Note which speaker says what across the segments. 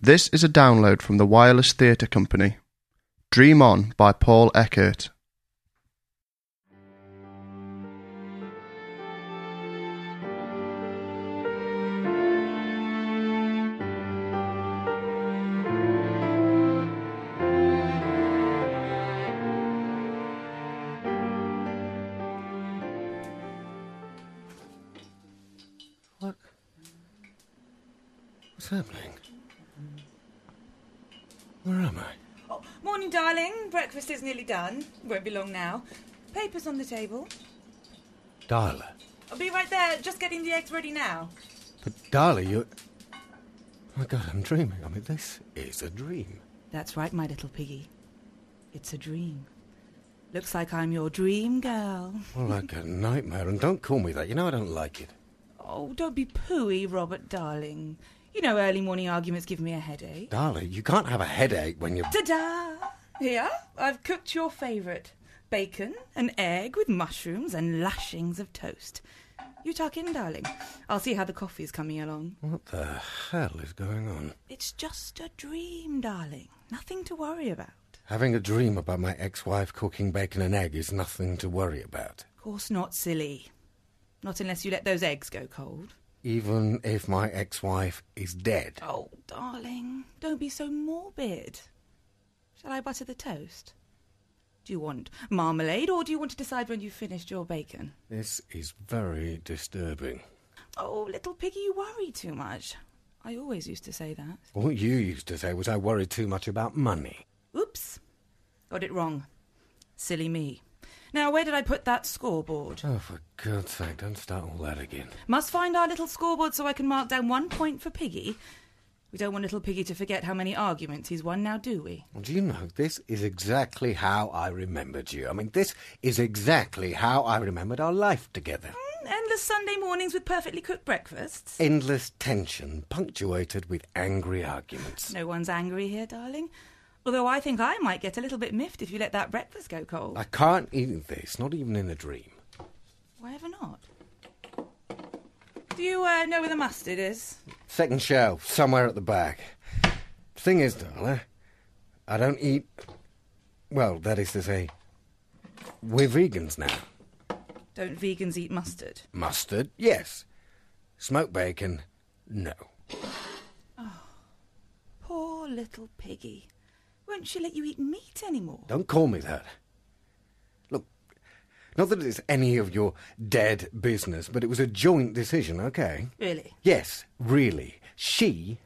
Speaker 1: This is a download from the Wireless Theatre Company. Dream On by Paul Eckert.
Speaker 2: What? What's happening? Where am I?
Speaker 3: Oh, morning, darling. Breakfast is nearly done. Won't be long now. Papers on the table.
Speaker 2: Darla.
Speaker 3: I'll be right there, just getting the eggs ready now.
Speaker 2: But Darla, you. Oh my god, I'm dreaming. I mean, this is a dream.
Speaker 3: That's right, my little piggy. It's a dream. Looks like I'm your dream girl.
Speaker 2: More like a nightmare, and don't call me that. You know I don't like it.
Speaker 3: Oh, don't be pooey, Robert, darling. You know early morning arguments give me a headache.
Speaker 2: Darla, you can't have a headache when you're.
Speaker 3: Ta da! Here, I've cooked your favourite bacon, an egg with mushrooms and lashings of toast. You tuck in, darling. I'll see how the coffee's coming along.
Speaker 2: What the hell is going on?
Speaker 3: It's just a dream, darling. Nothing to worry about.
Speaker 2: Having a dream about my ex wife cooking bacon and egg is nothing to worry about.
Speaker 3: Of course not, silly. Not unless you let those eggs go cold.
Speaker 2: Even if my ex wife is dead.
Speaker 3: Oh, darling, don't be so morbid. Shall I butter the toast? Do you want marmalade or do you want to decide when you've finished your bacon?
Speaker 2: This is very disturbing.
Speaker 3: Oh, little piggy, you worry too much. I always used to say that.
Speaker 2: What you used to say was I worried too much about money.
Speaker 3: Oops. Got it wrong. Silly me. Now, where did I put that scoreboard?
Speaker 2: Oh, for God's sake, don't start all that again.
Speaker 3: Must find our little scoreboard so I can mark down one point for Piggy. We don't want little Piggy to forget how many arguments he's won now, do we?
Speaker 2: Well, do you know, this is exactly how I remembered you. I mean, this is exactly how I remembered our life together.
Speaker 3: Mm, endless Sunday mornings with perfectly cooked breakfasts.
Speaker 2: Endless tension, punctuated with angry arguments.
Speaker 3: No one's angry here, darling. Although I think I might get a little bit miffed if you let that breakfast go cold.
Speaker 2: I can't eat this, not even in a dream.
Speaker 3: Why ever not? Do you uh, know where the mustard is?
Speaker 2: Second shelf, somewhere at the back. Thing is, darling, I don't eat. Well, that is to say, we're vegans now.
Speaker 3: Don't vegans eat mustard?
Speaker 2: Mustard, yes. Smoked bacon, no.
Speaker 3: Poor little piggy. Won't she let you eat meat anymore?
Speaker 2: Don't call me that. Look, not that it's any of your dead business, but it was a joint decision, okay?
Speaker 3: Really?
Speaker 2: Yes, really. She,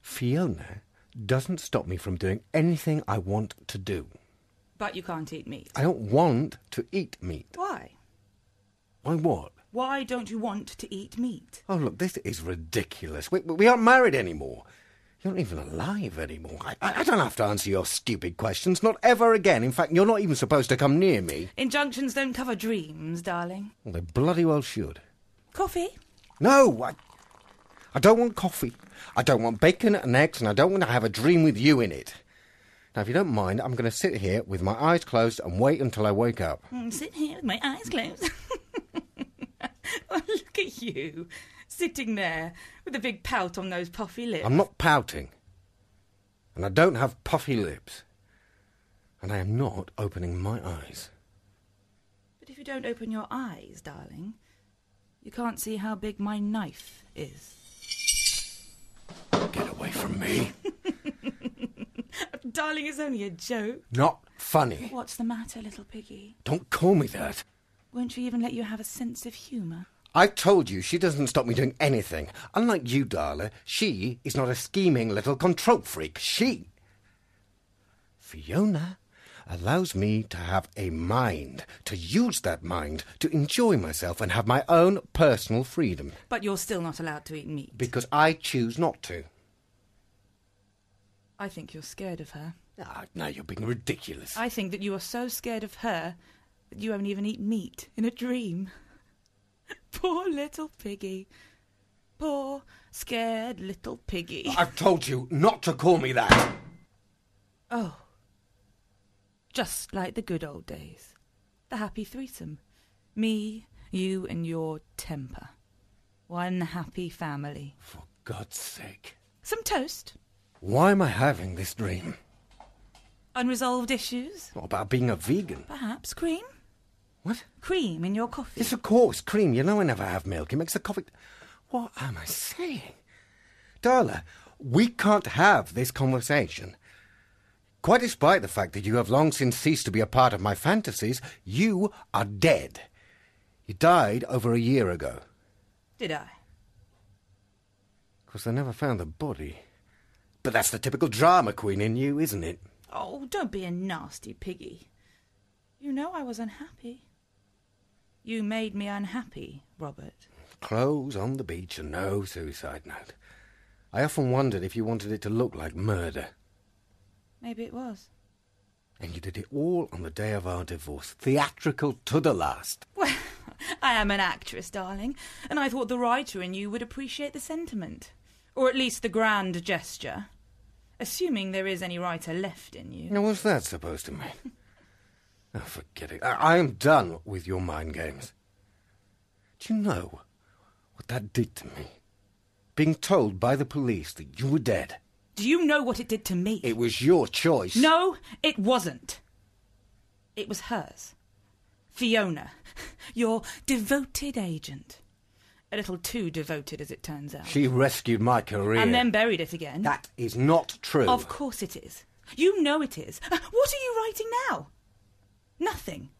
Speaker 2: Fiona, doesn't stop me from doing anything I want to do.
Speaker 3: But you can't eat meat.
Speaker 2: I don't want to eat meat.
Speaker 3: Why?
Speaker 2: Why what?
Speaker 3: Why don't you want to eat meat?
Speaker 2: Oh, look, this is ridiculous. We, we aren't married anymore. You're not even alive anymore. I, I I don't have to answer your stupid questions, not ever again. In fact, you're not even supposed to come near me.
Speaker 3: Injunctions don't cover dreams, darling.
Speaker 2: Well, they bloody well should.
Speaker 3: Coffee?
Speaker 2: No, I, I don't want coffee. I don't want bacon and eggs, and I don't want to have a dream with you in it. Now, if you don't mind, I'm going to sit here with my eyes closed and wait until I wake up.
Speaker 3: Mm, sit here with my eyes closed. oh, look at you, sitting there with a big pout on those puffy lips.
Speaker 2: I'm not pouting, and I don't have puffy lips, and I am not opening my eyes.
Speaker 3: But if you don't open your eyes, darling, you can't see how big my knife is.
Speaker 2: Get away from me.
Speaker 3: darling, it's only a joke.
Speaker 2: Not funny.
Speaker 3: What's the matter, little piggy?
Speaker 2: Don't call me that.
Speaker 3: Won't she even let you have a sense of humour?
Speaker 2: I told you she doesn't stop me doing anything. Unlike you, Darla, she is not a scheming little control freak. She. Fiona allows me to have a mind, to use that mind, to enjoy myself and have my own personal freedom.
Speaker 3: But you're still not allowed to eat meat.
Speaker 2: Because I choose not to.
Speaker 3: I think you're scared of her.
Speaker 2: Ah, now you're being ridiculous.
Speaker 3: I think that you are so scared of her that you won't even eat meat in a dream. Poor little piggy. Poor, scared little piggy.
Speaker 2: I've told you not to call me that.
Speaker 3: Oh. Just like the good old days. The happy threesome. Me, you, and your temper. One happy family.
Speaker 2: For God's sake.
Speaker 3: Some toast.
Speaker 2: Why am I having this dream?
Speaker 3: Unresolved issues.
Speaker 2: What about being a vegan?
Speaker 3: Perhaps cream?
Speaker 2: What?
Speaker 3: Cream in your coffee.
Speaker 2: Yes, of course, cream. You know I never have milk. It makes the coffee. What am I saying? Darla, we can't have this conversation. Quite despite the fact that you have long since ceased to be a part of my fantasies, you are dead. You died over a year ago.
Speaker 3: Did I?
Speaker 2: Because they never found the body. But that's the typical drama queen in you, isn't it?
Speaker 3: Oh, don't be a nasty piggy. You know I was unhappy. You made me unhappy, Robert.
Speaker 2: Clothes on the beach and no suicide note. I often wondered if you wanted it to look like murder.
Speaker 3: Maybe it was.
Speaker 2: And you did it all on the day of our divorce, theatrical to the last.
Speaker 3: Well, I am an actress, darling, and I thought the writer in you would appreciate the sentiment, or at least the grand gesture. Assuming there is any writer left in you.
Speaker 2: Now, what's that supposed to mean? oh, forget it. I-, I am done with your mind games. Do you know what that did to me? Being told by the police that you were dead.
Speaker 3: Do you know what it did to me?
Speaker 2: It was your choice.
Speaker 3: No, it wasn't. It was hers. Fiona, your devoted agent. A little too devoted, as it turns out.
Speaker 2: She rescued my career.
Speaker 3: and then buried it again.
Speaker 2: That is not true.
Speaker 3: Of course it is. You know it is. Uh, What are you writing now? Nothing.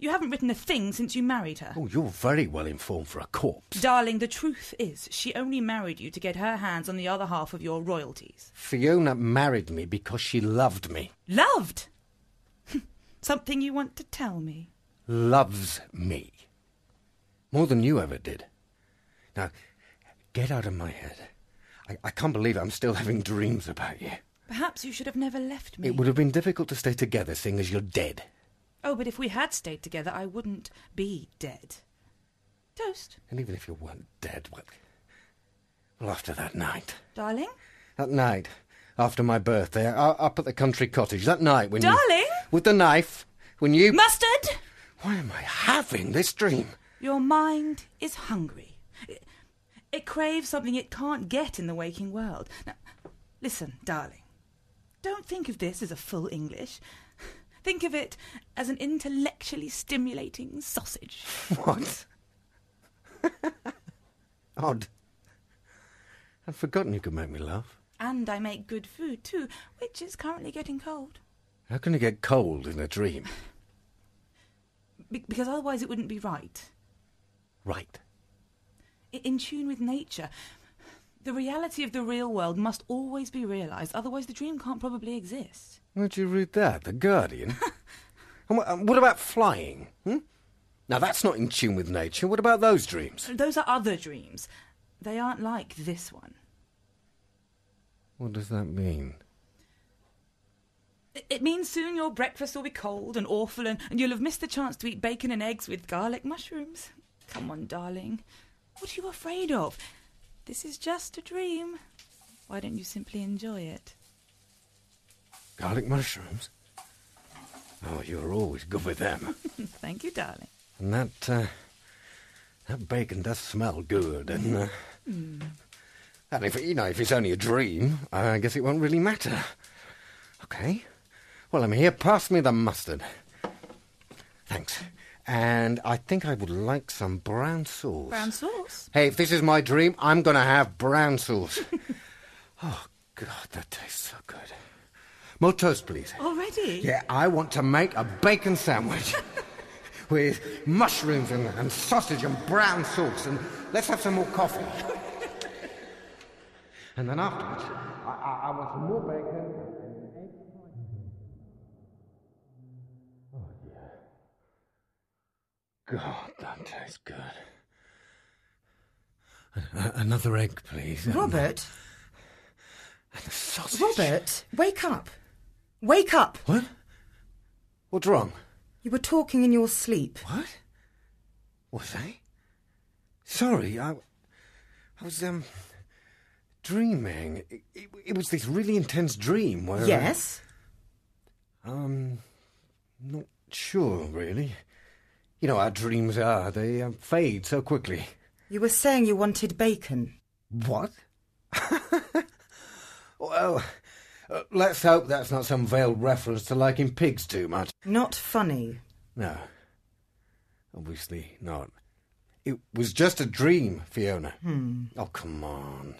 Speaker 3: You haven't written a thing since you married her.
Speaker 2: Oh, you're very well informed for a corpse.
Speaker 3: Darling, the truth is, she only married you to get her hands on the other half of your royalties.
Speaker 2: Fiona married me because she loved me.
Speaker 3: Loved! Something you want to tell me.
Speaker 2: Loves me. More than you ever did. Now, get out of my head. I, I can't believe I'm still having dreams about you.
Speaker 3: Perhaps you should have never left me.
Speaker 2: It would have been difficult to stay together, seeing as you're dead.
Speaker 3: Oh, but if we had stayed together, I wouldn't be dead. Toast,
Speaker 2: And even if you weren't dead, well, well after that night.
Speaker 3: darling.
Speaker 2: That night, after my birthday, I, up at the country cottage, that night when you.
Speaker 3: Darling?
Speaker 2: With the knife, when you.
Speaker 3: Mustard!
Speaker 2: Why am I having this dream?
Speaker 3: Your mind is hungry. It, it craves something it can't get in the waking world. Now, listen, darling. Don't think of this as a full English. Think of it as an intellectually stimulating sausage.
Speaker 2: What? Odd. I'd forgotten you could make me laugh.
Speaker 3: And I make good food, too, which is currently getting cold.
Speaker 2: How can you get cold in a dream?
Speaker 3: Be- because otherwise it wouldn't be right.
Speaker 2: Right.
Speaker 3: I- in tune with nature. The reality of the real world must always be realised, otherwise the dream can't probably exist.
Speaker 2: Where'd you read that? The Guardian? and wha- and what about flying? Hmm? Now that's not in tune with nature. What about those dreams?
Speaker 3: Those are other dreams. They aren't like this one.
Speaker 2: What does that mean?
Speaker 3: I- It means soon your breakfast will be cold and awful, and, and you'll have missed the chance to eat bacon and eggs with garlic mushrooms. Come on, darling. What are you afraid of? This is just a dream. Why don't you simply enjoy it?
Speaker 2: Garlic mushrooms? Oh, you're always good with them.
Speaker 3: Thank you, darling.
Speaker 2: and that, uh, that bacon does smell good, and, uh, and if, you know, if it's only a dream, I guess it won't really matter. Okay. Well, I'm here. Pass me the mustard. Thanks. And I think I would like some brown sauce.
Speaker 3: Brown sauce.
Speaker 2: Hey, if this is my dream, I'm going to have brown sauce. oh, God, that tastes so good. More toast, please.
Speaker 3: Already?
Speaker 2: Yeah, I want to make a bacon sandwich with mushrooms and, and sausage and brown sauce, and let's have some more coffee. and then afterwards, I, I, I want some more bacon. Oh, yeah. God, that tastes good. A- Another egg, please. and-
Speaker 4: Robert,
Speaker 2: and the sausage.
Speaker 4: Robert, wake up. Wake up.
Speaker 2: What? What's wrong?
Speaker 4: You were talking in your sleep.
Speaker 2: What? Was I? Sorry, I, I was um dreaming. It, it, it was this really intense dream where. uh,
Speaker 4: Yes.
Speaker 2: um, not sure really. You know how dreams are; they um, fade so quickly.
Speaker 4: You were saying you wanted bacon.
Speaker 2: What? Oh, uh, let's hope that's not some veiled reference to liking pigs too much.
Speaker 4: Not funny.
Speaker 2: No. Obviously not. It was just a dream, Fiona.
Speaker 4: Hmm.
Speaker 2: Oh, come on.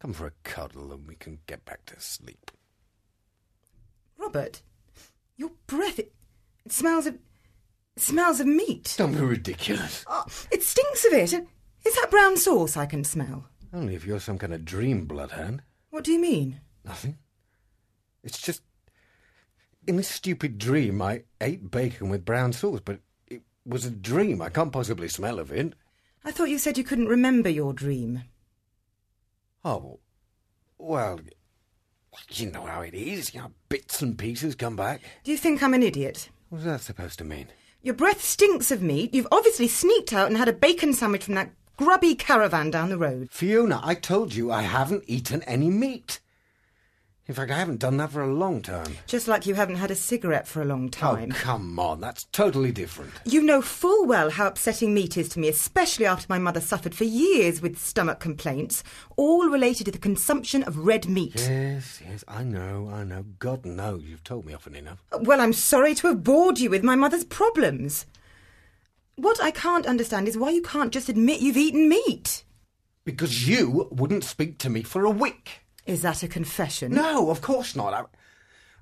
Speaker 2: Come for a cuddle and we can get back to sleep.
Speaker 4: Robert, your breath, it, it smells of. It smells of meat.
Speaker 2: Don't be ridiculous.
Speaker 4: Ah, it stinks of it. Is that brown sauce I can smell?
Speaker 2: Only if you're some kind of dream bloodhound.
Speaker 4: What do you mean?
Speaker 2: Nothing. It's just. In this stupid dream, I ate bacon with brown sauce, but it was a dream. I can't possibly smell of it.
Speaker 4: I thought you said you couldn't remember your dream.
Speaker 2: Oh, well, you know how it is. You know, bits and pieces come back.
Speaker 4: Do you think I'm an idiot?
Speaker 2: What's that supposed to mean?
Speaker 4: Your breath stinks of meat. You've obviously sneaked out and had a bacon sandwich from that grubby caravan down the road.
Speaker 2: Fiona, I told you I haven't eaten any meat. In fact, I haven't done that for a long time.
Speaker 4: Just like you haven't had a cigarette for a long time.
Speaker 2: Oh, come on. That's totally different.
Speaker 4: You know full well how upsetting meat is to me, especially after my mother suffered for years with stomach complaints, all related to the consumption of red meat.
Speaker 2: Yes, yes, I know, I know. God knows you've told me often enough.
Speaker 4: Well, I'm sorry to have bored you with my mother's problems. What I can't understand is why you can't just admit you've eaten meat.
Speaker 2: Because you wouldn't speak to me for a week.
Speaker 4: Is that a confession?
Speaker 2: No, of course not. I,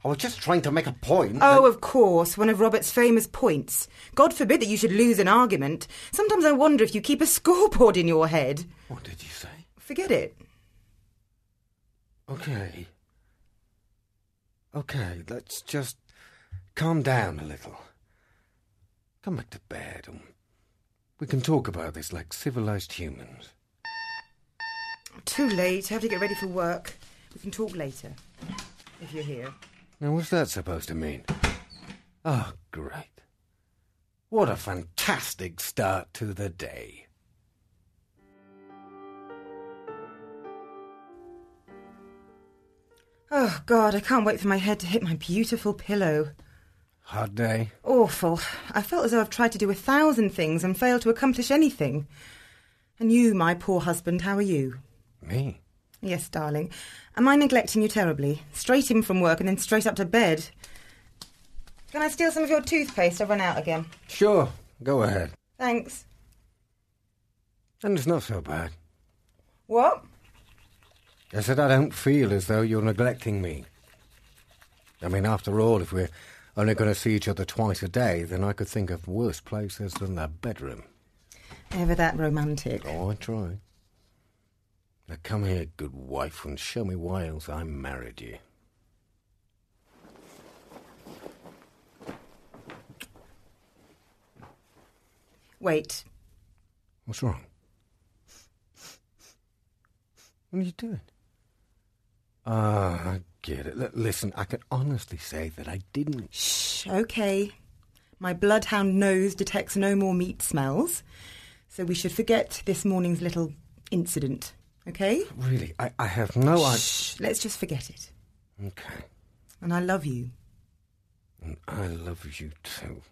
Speaker 2: I was just trying to make a point.
Speaker 4: Oh, of course, one of Robert's famous points. God forbid that you should lose an argument. Sometimes I wonder if you keep a scoreboard in your head.
Speaker 2: that- What did you say?
Speaker 4: Forget it.
Speaker 2: Okay. Okay, let's just calm down a little. Come back to bed and we can talk about this like civilized humans.
Speaker 4: Too late. I have to get ready for work. We can talk later. If you're here.
Speaker 2: Now, what's that supposed to mean? Oh, great. What a fantastic start to the day.
Speaker 4: Oh, God, I can't wait for my head to hit my beautiful pillow.
Speaker 2: Hard day.
Speaker 4: Awful. I felt as though I've tried to do a thousand things and failed to accomplish anything. And you, my poor husband, how are you?
Speaker 2: Me?
Speaker 4: Yes, darling. Am I neglecting you terribly? Straight in from work and then straight up to bed. Can I steal some of your toothpaste? I've run out again.
Speaker 2: Sure, go ahead.
Speaker 4: Thanks.
Speaker 2: And it's not so bad.
Speaker 4: What?
Speaker 2: I said I don't feel as though you're neglecting me. I mean, after all, if we're only going to see each other twice a day, then I could think of worse places than the bedroom.
Speaker 4: Ever that romantic.
Speaker 2: Oh, I try. Now come here, good wife, and show me why else I married you.
Speaker 4: Wait.
Speaker 2: What's wrong? What are you doing? Ah, I get it. L- listen, I can honestly say that I didn't.
Speaker 4: Shh, okay. My bloodhound nose detects no more meat smells, so we should forget this morning's little incident, okay?
Speaker 2: Really, I, I have no idea.
Speaker 4: Shh, let's just forget it.
Speaker 2: Okay.
Speaker 4: And I love you.
Speaker 2: And I love you too.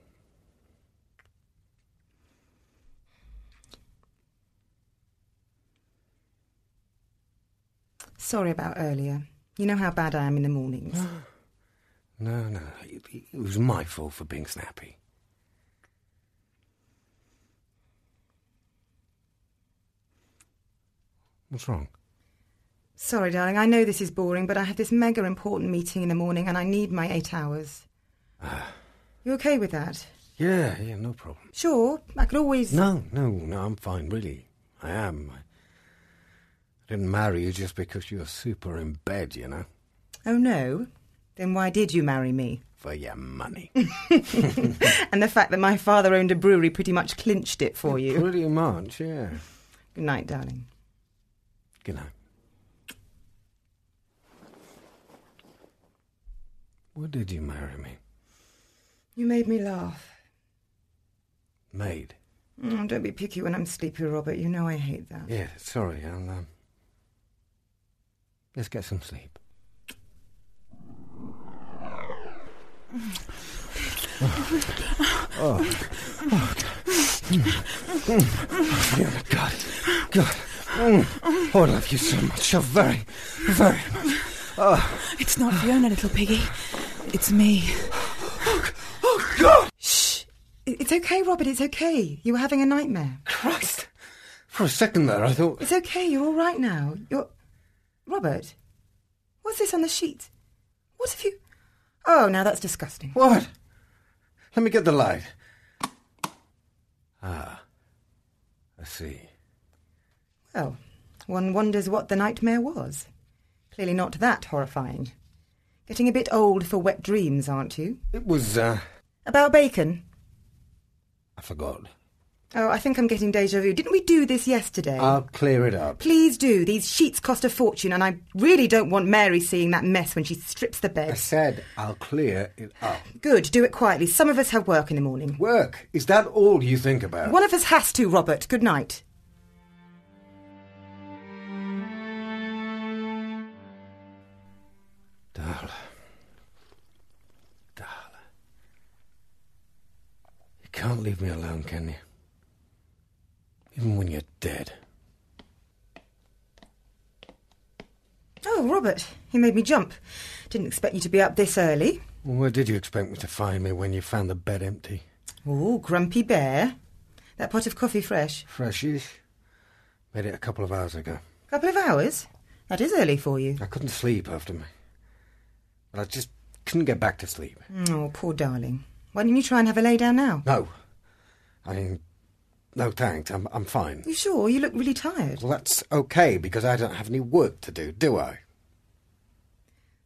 Speaker 4: Sorry about earlier. You know how bad I am in the mornings.
Speaker 2: No, no, it, it was my fault for being snappy. What's wrong?
Speaker 4: Sorry, darling, I know this is boring, but I have this mega important meeting in the morning and I need my eight hours. you okay with that?
Speaker 2: Yeah, yeah, no problem.
Speaker 4: Sure, I could always.
Speaker 2: No, no, no, I'm fine, really. I am. I didn't marry you just because you were super in bed, you know,
Speaker 4: Oh no? Then why did you marry me?
Speaker 2: for your money.
Speaker 4: And the fact that my father owned a brewery pretty much clinched it for you.
Speaker 2: Pretty much, yeah.
Speaker 4: Good night, darling.
Speaker 2: Good night. Why did you marry me?
Speaker 4: You made me laugh.
Speaker 2: Maid.
Speaker 4: Mm, don't be picky when I'm sleepy, Robert. You know I hate that.
Speaker 2: Yeah, sorry, I'll, um... Let's get some sleep. Oh. Oh. God. God. Mm. Oh, I love you so much. So very, very much.
Speaker 3: It's not Fiona, little piggy. It's me.
Speaker 4: Shh. It- It's okay, Robert. It's okay. You were having a nightmare.
Speaker 2: Christ! For a second there, I thought.
Speaker 4: It's okay. You're all right now. You're. Robert, what's this on the sheet? What have you. Oh, now that's disgusting.
Speaker 2: What? Let me get the light. Ah, I see.
Speaker 4: Well, one wonders what the nightmare was. Clearly not that horrifying. Getting a bit old for wet dreams, aren't you?
Speaker 2: It was, uh,
Speaker 4: About bacon?
Speaker 2: I forgot.
Speaker 4: Oh, I think I'm getting deja vu. Didn't we do this yesterday?
Speaker 2: I'll clear it up.
Speaker 4: Please do. These sheets cost a fortune, and I really don't want Mary seeing that mess when she strips the
Speaker 2: I
Speaker 4: bed.
Speaker 2: said I'll clear it up.
Speaker 4: Good, do it quietly. Some of us have work in the morning.
Speaker 2: Work, is that all you think about?
Speaker 4: One of us has to, Robert. Good night.
Speaker 2: Darla. Darla. You can't leave me alone, can you? Even when you're dead.
Speaker 4: Oh, Robert, you made me jump. Didn't expect you to be up this early.
Speaker 2: Well, Where did you expect me to find me when you found the bed empty?
Speaker 4: Oh, grumpy bear. That pot of coffee fresh.
Speaker 2: Freshies. Made it a couple of hours ago.
Speaker 4: Couple of hours? That is early for you.
Speaker 2: I couldn't sleep after me. But I just couldn't get back to sleep.
Speaker 4: Oh, poor darling. Why don't you try and have a lay down now?
Speaker 2: No. I mean, no thanks. I'm, I'm fine.
Speaker 4: You sure? You look really tired.
Speaker 2: Well, that's okay because I don't have any work to do, do I?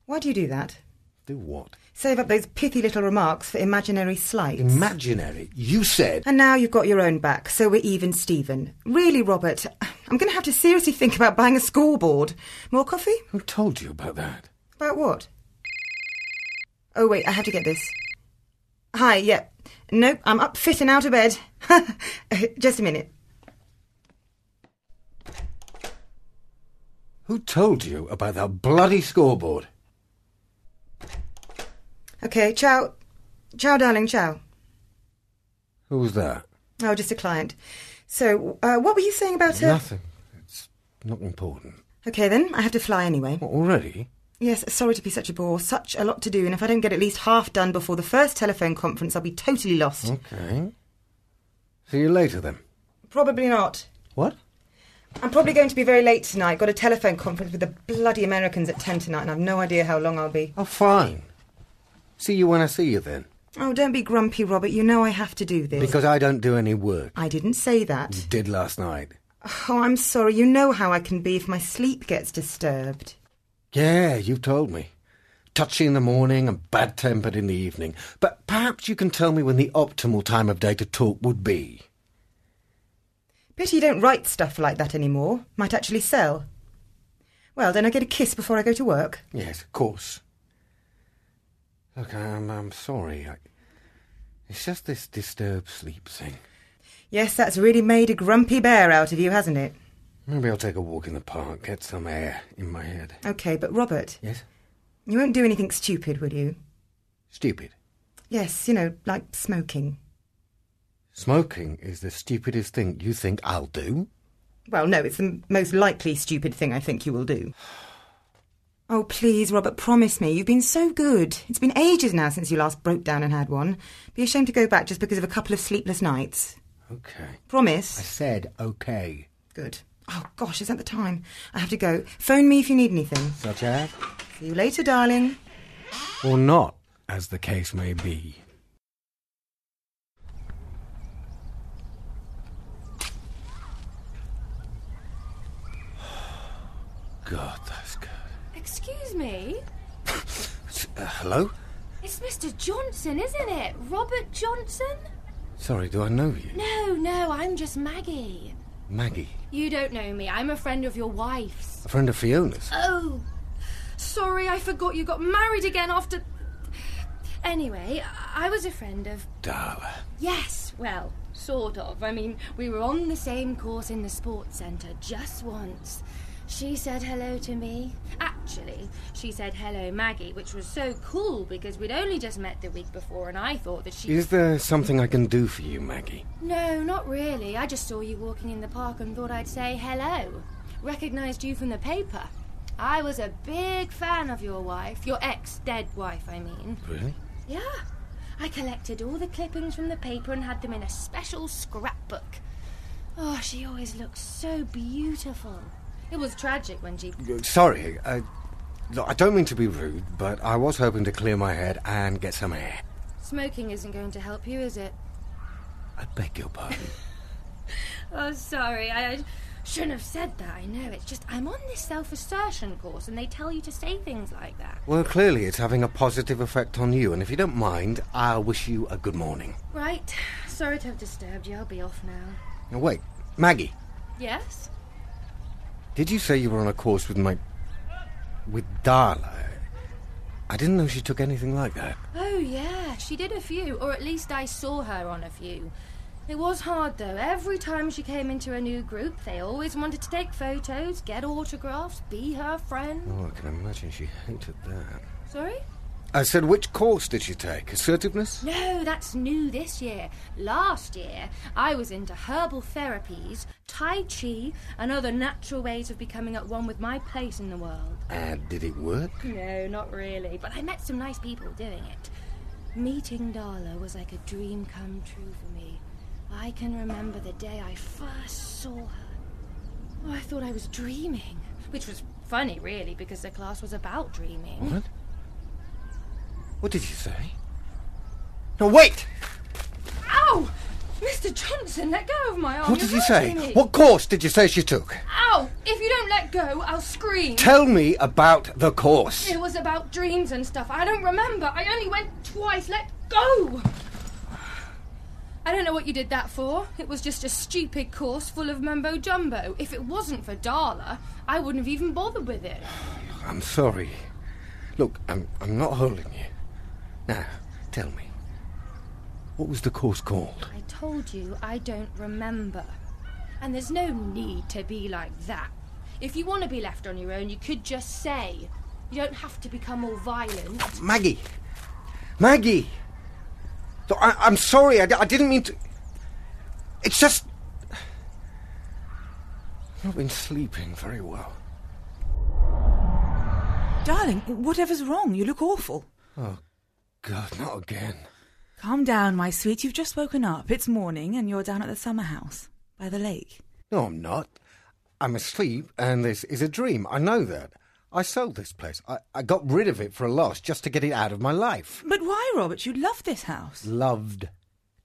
Speaker 4: Why do you do that?
Speaker 2: Do what?
Speaker 4: Save up those pithy little remarks for imaginary slights.
Speaker 2: Imaginary. You said.
Speaker 4: And now you've got your own back, so we're even, Stephen. Really, Robert, I'm going to have to seriously think about buying a scoreboard. More coffee?
Speaker 2: Who told you about that?
Speaker 4: About what? Oh, wait, I have to get this. Hi, yep. Nope, I'm up fit and out of bed. Just a minute.
Speaker 2: Who told you about that bloody scoreboard?
Speaker 4: Okay, ciao. Ciao, darling, ciao.
Speaker 2: Who was that?
Speaker 4: Oh, just a client. So, uh, what were you saying about her?
Speaker 2: Nothing. It's not important.
Speaker 4: Okay, then, I have to fly anyway.
Speaker 2: What, already?
Speaker 4: Yes, sorry to be such a bore. Such a lot to do, and if I don't get at least half done before the first telephone conference, I'll be totally
Speaker 2: Hmm?
Speaker 4: lost.
Speaker 2: Okay. See you later then.
Speaker 4: Probably not.
Speaker 2: What?
Speaker 4: I'm probably going to be very late tonight. Got a telephone conference with the bloody Americans at 10 tonight, and I've no idea how long I'll be.
Speaker 2: Oh, fine. See you when I see you then.
Speaker 4: Oh, don't be grumpy, Robert. You know I have to do this.
Speaker 2: Because Mm. I don't do any work.
Speaker 4: I didn't say
Speaker 2: You
Speaker 4: that.
Speaker 2: did last night.
Speaker 4: Oh, I'm sorry. You know how I can be if my sleep gets disturbed.
Speaker 2: Yeah, you told me. Touchy in the morning and bad tempered in the evening. But perhaps you can tell me when the optimal time of day to talk would be.
Speaker 4: Pity you don't write stuff like that anymore. Might actually sell. Well, then I get a kiss before I go to work.
Speaker 2: Yes, of course. Look, I'm, I'm sorry. I, it's just this disturbed sleep thing.
Speaker 4: Yes, that's really made a grumpy bear out of you, hasn't it?
Speaker 2: Maybe I'll take a walk in the park, get some air in my head.
Speaker 4: Okay, but Robert,
Speaker 2: Yes?
Speaker 4: you won't do anything stupid, will you?
Speaker 2: Stupid.
Speaker 4: Yes, you know, like smoking.
Speaker 2: Smoking is the stupidest thing you think I'll do.
Speaker 4: Well, no, it's the m- most likely stupid thing I think you will do. Oh, please, Robert, promise me. You've been so good. It's been ages now since you last broke down and had one. Be ashamed to go back just because of a couple of sleepless nights.
Speaker 2: Okay. I
Speaker 4: Promise?
Speaker 2: said okay.
Speaker 4: Good. Oh, gosh, is that the time? I have to go. Phone me if you need anything.
Speaker 2: Such as?
Speaker 4: See you later, darling.
Speaker 2: Or not, as the case may be. God, that's good.
Speaker 5: Excuse me?
Speaker 2: Uh, hello?
Speaker 5: It's Mr. Johnson, isn't it? Robert Johnson?
Speaker 2: Sorry, do I know you?
Speaker 5: No, no, I'm just Maggie.
Speaker 2: Maggie,
Speaker 5: You don't know me. I'm a friend of your wife's.
Speaker 2: a friend of Fiona's.
Speaker 5: Oh, sorry, I forgot you got married again after. Anyway, I was a friend of.
Speaker 2: Darla.
Speaker 5: Yes, well, sort of. I mean, we were on the same course in the sports centre just once. She said hello to me. Actually, she said hello, Maggie, which was so cool because we'd only just met the week before and I thought that she.
Speaker 2: Is there something I can do for you, Maggie?
Speaker 5: No, not really. I just saw you walking in the park and thought I'd say hello. Recognised you from the paper. I was a big fan of your wife, your ex dead wife, I mean.
Speaker 2: Really?
Speaker 5: Yeah. I collected all the clippings from the paper and had them in a special scrapbook. Oh, she always looked so beautiful. It was tragic when she.
Speaker 2: Sorry, I, look, I don't mean to be rude, but I was hoping to clear my head and get some air.
Speaker 5: Smoking isn't going to help you, is it?
Speaker 2: I beg your pardon.
Speaker 5: Oh, sorry. I, I shouldn't have said that. I know. It's just I'm on this self assertion course and they tell you to say things like that.
Speaker 2: well, clearly it's having a positive effect on you, and if you don't mind, I'll wish you a good morning.
Speaker 5: Right. Sorry to have disturbed you. I'll be off now.
Speaker 2: Now, wait, Maggie,
Speaker 5: Yes?
Speaker 2: did you say you were on a course with my. with Darla? I didn't know she took anything like that.
Speaker 5: Oh, yeah. She did a few, or at least I saw her on a few. It was hard, though. Every time she came into a new group, they always wanted to take photos, get autographs, be her friend.
Speaker 2: Oh, I can imagine she hated that.
Speaker 5: Sorry?
Speaker 2: I said, which course did she take? Assertiveness?
Speaker 5: No, that's new this year. Last year, I was into herbal therapies, Tai Chi, and other natural ways of becoming at one with my place in the world.
Speaker 2: And did it work?
Speaker 5: No, not really, but I met some nice people doing it. Meeting Darla was like a dream come true for me. I can remember the day I first saw her. Oh, I thought I was dreaming, which was funny, really, because the class was about dreaming.
Speaker 2: What? What did you say? No, wait!
Speaker 5: Ow! Mr. Johnson, let go of my arm.
Speaker 2: What
Speaker 5: You're
Speaker 2: did you say?
Speaker 5: hurting me.
Speaker 2: What course did you say she took?
Speaker 5: Ow! If you don't let go, I'll scream.
Speaker 2: Tell me about the course.
Speaker 5: it was about dreams and stuff. I don't remember. I only went twice. Let go! I don't know what you did that for. It was just a stupid course full of mumbo jumbo. If it wasn't for Darla, I wouldn't have even bothered with it.
Speaker 2: I'm sorry. Look, I'm, I'm not holding you. Now, tell me. What was the course called?
Speaker 5: I told you I don't remember. And there's no need to be like that. If you want to be left on your own, you could just say. You don't have to become all violent.
Speaker 2: Maggie! Maggie! Look, I, I'm sorry, I, di- I didn't mean to. It's just. I've not been sleeping very well.
Speaker 3: Darling, whatever's wrong, you look awful.
Speaker 2: God, not again.
Speaker 3: Calm down, my sweet. You've just woken up. It's morning, and you're down at the summer house by the lake.
Speaker 2: No, I'm not. I'm asleep, and this is a dream. I know that. I sold this place. I, I got rid of it for a loss just to get it out of my life.
Speaker 3: But why, Robert? You love this house.
Speaker 2: Loved.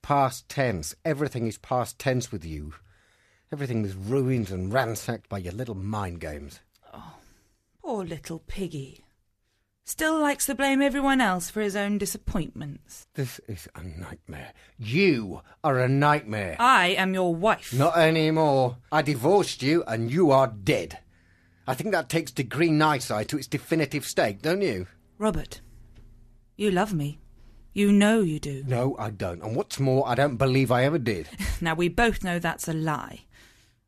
Speaker 2: Past tense. Everything is past tense with you. Everything is ruined and ransacked by your little mind games.
Speaker 3: Poor little piggy. Still likes to blame everyone else for his own disappointments.
Speaker 2: This is a nightmare. You are a nightmare.
Speaker 3: I am your wife.
Speaker 2: Not anymore. I divorced you, and you are dead. I think that takes degree nici to its definitive state, don't you?
Speaker 3: Robert, you love me. You know you do.
Speaker 2: No, I don't. And what's more, I don't believe I ever did.
Speaker 3: Now, we both know that's a lie.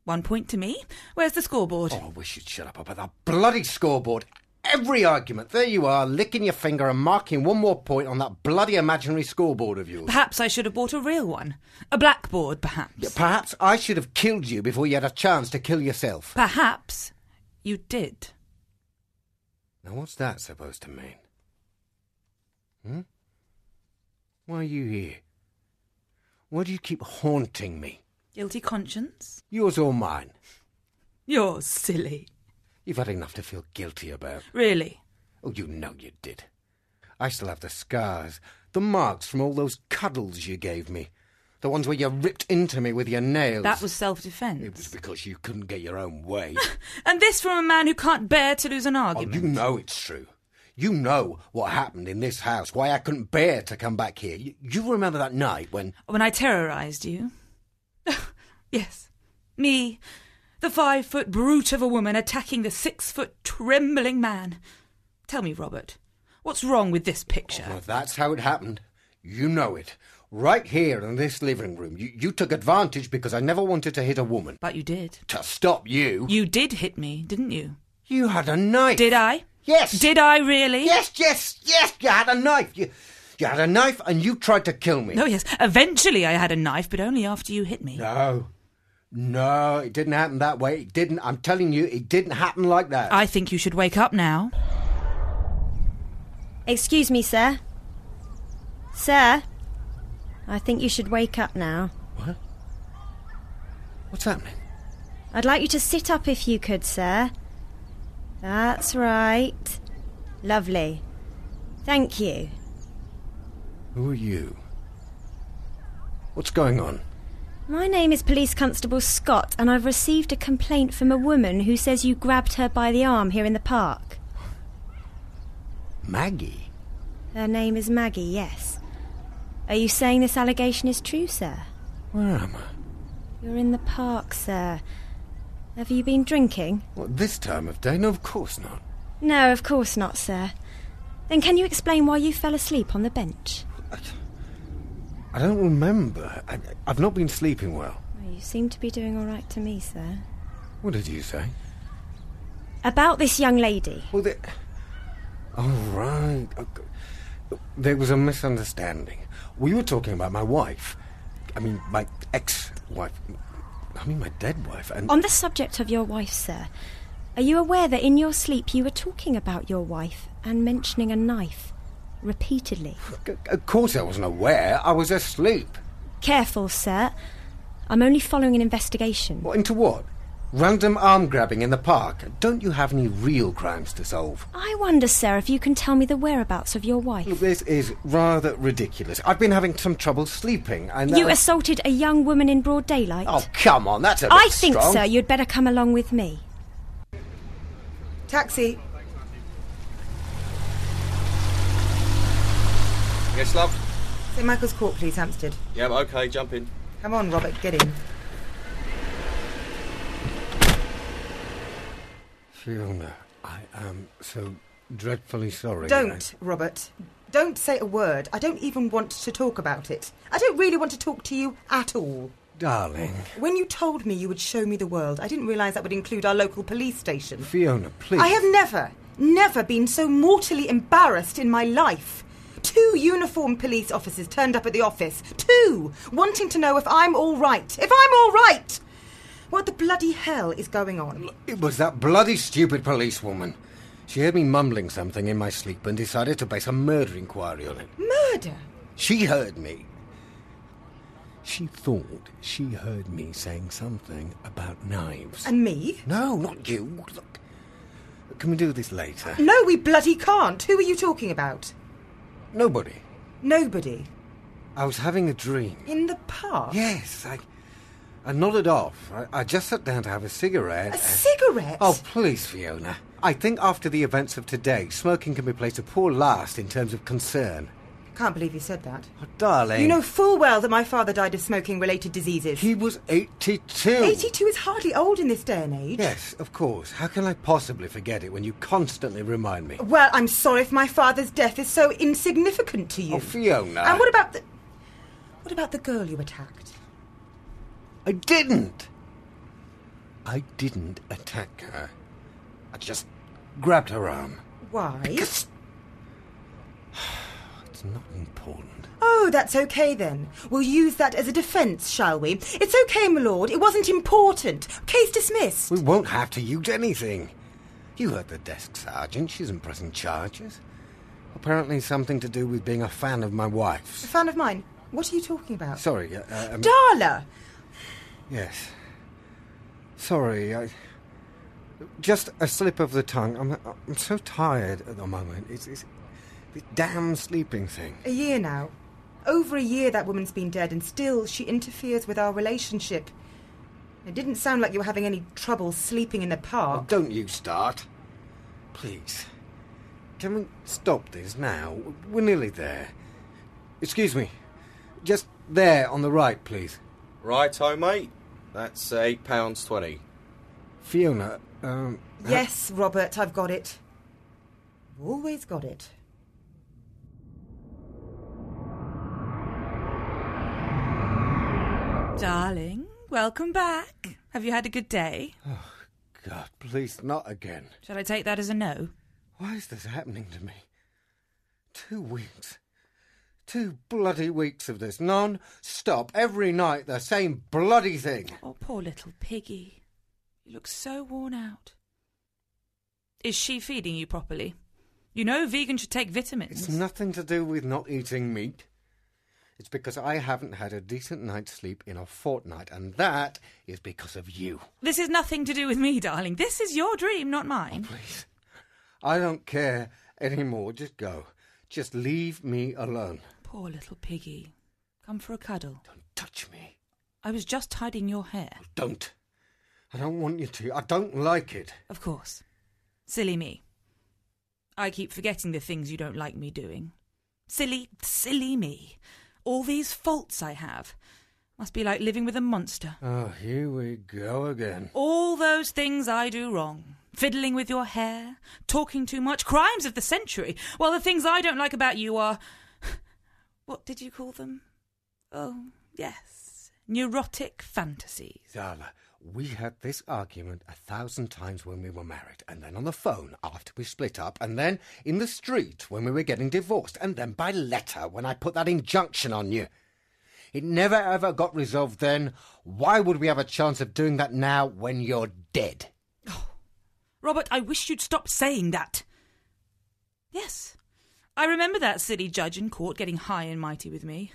Speaker 3: One point to me. Where's the scoreboard?
Speaker 2: Oh, I wish you'd shut up about that bloody scoreboard. Every argument, there you are, licking your finger and marking one more point on that bloody imaginary scoreboard of yours.
Speaker 3: Perhaps I should have bought a real one. A blackboard, perhaps.
Speaker 2: Perhaps I should have killed you before you had a chance to kill yourself.
Speaker 3: Perhaps you did.
Speaker 2: Now, what's that supposed to mean? Hmm? Why are you here? Why do you keep haunting me?
Speaker 3: Guilty conscience?
Speaker 2: Yours or mine?
Speaker 3: You're silly.
Speaker 2: You've had enough to feel guilty about.
Speaker 3: Really?
Speaker 2: Oh, you know you did. I still have the scars, the marks from all those cuddles you gave me. The ones where you ripped into me with your nails.
Speaker 3: That was self
Speaker 2: It was
Speaker 3: defense.
Speaker 2: because you couldn't get your own way.
Speaker 3: And this from a man who can't bear to lose an
Speaker 2: oh, you
Speaker 3: argument.
Speaker 2: know it's true. You know what happened in this house, why I couldn't bear to come back here. You, you remember that night when.
Speaker 3: When I terrorized you. yes. Me, the five foot brute of a woman attacking the six foot trembling man. Tell me, Robert, what's wrong with this
Speaker 2: Oh, Well,
Speaker 3: picture?
Speaker 2: that's how it happened. You know it. Right here in this living room. You, you took advantage because I never wanted to hit a woman.
Speaker 3: But you did.
Speaker 2: To stop you,
Speaker 3: You did hit me, didn't you?
Speaker 2: you had a knife.
Speaker 3: Did I?
Speaker 2: Yes.
Speaker 3: Did I really?
Speaker 2: Yes, yes, yes, you had a knife. You, you had a knife and you tried to kill me.
Speaker 3: No, yes. Eventually I had a knife, but only after you hit me.
Speaker 2: No. No, it didn't happen that way. It didn't. I'm telling you, it didn't happen like that.
Speaker 3: I think you should wake up now.
Speaker 6: Excuse me, sir. Sir, I think you should wake up now.
Speaker 2: What? What's happening?
Speaker 6: I'd like you to sit up if you could, sir. That's right. Lovely. Thank you.
Speaker 2: Who are you? What's going on?
Speaker 6: My name is Police Constable Scott, and I've received a complaint from a woman who says you grabbed her by the arm here in the park.
Speaker 2: Maggie?
Speaker 6: Her name is Maggie, yes. Are you saying this allegation is true, sir?
Speaker 2: Where am I?
Speaker 6: You're in the park, sir. Have you been drinking?
Speaker 2: What, this time of day? No, of course not.
Speaker 6: No, of course not, sir. Then can you explain why you fell asleep on the bench?
Speaker 2: I don't remember. I, I've not been sleeping well.
Speaker 6: Oh, You seem to be doing all right to me, sir.
Speaker 2: What did you say?
Speaker 6: About this young lady.
Speaker 2: Well, there... Oh, right. Okay. There was a misunderstanding. We were talking about my wife. I mean, my ex-wife. I mean, my dead wife. And
Speaker 6: On the subject of your wife, sir, are you aware that in your sleep you were talking about your wife and mentioning a knife repeatedly?
Speaker 2: of course I wasn't aware. I was asleep.
Speaker 6: Careful, sir. I'm only following an investigation.
Speaker 2: What, into what? Random arm grabbing in the park. Don't you have any real crimes to solve?
Speaker 6: I wonder, sir, if you can tell me the whereabouts of your
Speaker 2: Look,
Speaker 6: wife.
Speaker 2: this is rather ridiculous. I've been having some trouble sleeping, and
Speaker 6: You
Speaker 2: that-
Speaker 6: assaulted a young woman in broad daylight.
Speaker 2: Oh, come on, that's a bit
Speaker 6: I think,
Speaker 2: strong.
Speaker 6: sir, you'd better come along with me.
Speaker 4: Taxi.
Speaker 7: Yes, love?
Speaker 4: St Michael's Court, please, Hampstead.
Speaker 7: Yeah, okay, jump in.
Speaker 4: Come on, Robert, get in.
Speaker 2: Fiona, I am so dreadfully sorry.
Speaker 4: Don't, Robert. Don't say a word. I don't even want to talk about it. I don't really want to talk to you at all.
Speaker 2: I- darling.
Speaker 4: When you told me you would show me the world, I didn't realise that would include our local police station.
Speaker 2: Fiona, please.
Speaker 4: I have never, never been so mortally embarrassed in my life. Two uniformed police officers turned up at the office. Two! Wanting to know if I'm all right. If I'm all right! What the bloody hell is going on?
Speaker 2: It was that bloody stupid policewoman. She heard me mumbling something in my sleep and decided to base a murder inquiry on it.
Speaker 4: Murder!
Speaker 2: She heard me. She thought she heard me saying something about knives.
Speaker 4: And me?
Speaker 2: No, not you. Look. Can we do this later?
Speaker 4: No, we bloody can't. Who are you talking about?
Speaker 2: Nobody.
Speaker 4: Nobody.
Speaker 2: I was having a dream.
Speaker 4: In the park?
Speaker 2: Yes, I. I nodded off. I, I just sat down to have a cigarette.
Speaker 4: A
Speaker 2: and-
Speaker 4: cigarette?
Speaker 2: Oh, please, Fiona. I think after the events of today, smoking can be placed a poor last in terms of concern.
Speaker 4: Can't believe you said that.
Speaker 2: Oh, darling.
Speaker 4: You know full well that my father died of smoking related diseases.
Speaker 2: he was 82.
Speaker 4: 82 is hardly old in this day and age.
Speaker 2: Yes, of course. How can I possibly forget it when you constantly remind me?
Speaker 4: Well, I'm sorry if my father's death is so insignificant to you.
Speaker 2: Oh, Fiona.
Speaker 4: and what about the. What about the girl you attacked?
Speaker 2: I didn't. I didn't attack her. I just grabbed her arm.
Speaker 4: Why?
Speaker 2: Because- It's not important.
Speaker 4: Oh, that's okay then. We'll use that as a defence, shall we? It's okay, my lord. It wasn't important. Case dismissed.
Speaker 2: We won't have to use anything. You heard the desk sergeant. She's in pressing charges. Apparently, something to do with being a fan of my
Speaker 4: A
Speaker 2: wife's.
Speaker 4: fan of mine. What are you talking about?
Speaker 2: Sorry. Uh, uh, um,
Speaker 4: Darla!
Speaker 2: yes. Sorry. I. Just a slip of the tongue. I'm. I'm so tired at the moment. It's. It's. The damn sleeping thing.
Speaker 4: A year now. Over a year that woman's been dead, and still she interferes with our relationship. It didn't sound like you were having any trouble sleeping in the
Speaker 2: Oh,
Speaker 4: park.
Speaker 2: don't you start. Please. Can we stop this now? We're nearly there. Excuse me. Just there on the right, please.
Speaker 7: Righto, mate. That's £8.20.
Speaker 2: Fiona, um. ha-
Speaker 4: Yes, Robert, I've got it. Always got it.
Speaker 3: Darling, welcome back. Have you had a good day?
Speaker 2: God, please, not again.
Speaker 3: Shall I take that as a no?
Speaker 2: Why is this happening to me? Two weeks. Two bloody weeks of this non stop, every night the same bloody thing.
Speaker 3: Oh, poor little piggy. You look so worn out. Is she feeding you properly? You know vegans should take vitamins.
Speaker 2: It's nothing to do with not eating meat. It's because I haven't had a decent night's sleep in a fortnight, and that is because of you.
Speaker 3: This is nothing to do with me, darling. This is your dream, not mine.
Speaker 2: Please. I don't care anymore. Just go. Just leave me alone.
Speaker 3: Poor little piggy. Come for a cuddle.
Speaker 2: Don't touch me.
Speaker 3: I was just tidying your hair.
Speaker 2: Don't. I don't want you to. I don't like it.
Speaker 3: Of course. Silly me. I keep forgetting the things you don't like me doing. Silly, silly me. All these faults I have. Must be like living with a monster.
Speaker 2: Oh, here we go again.
Speaker 3: All those things I do wrong. Fiddling with your hair, talking too much, crimes of the century. Well, the things I don't like about you are. What did you call them? Oh, yes. Neurotic fantasies.
Speaker 2: Zala, we had this argument a thousand times when we were married, and then on the phone after we split up, and then in the street when we were getting divorced, and then by letter when I put that injunction on you. It never ever got resolved then. Why would we have a chance of doing that now when you're dead?
Speaker 3: Robert, I wish you'd stop saying that. Yes, I remember that silly judge in court getting high and mighty with me,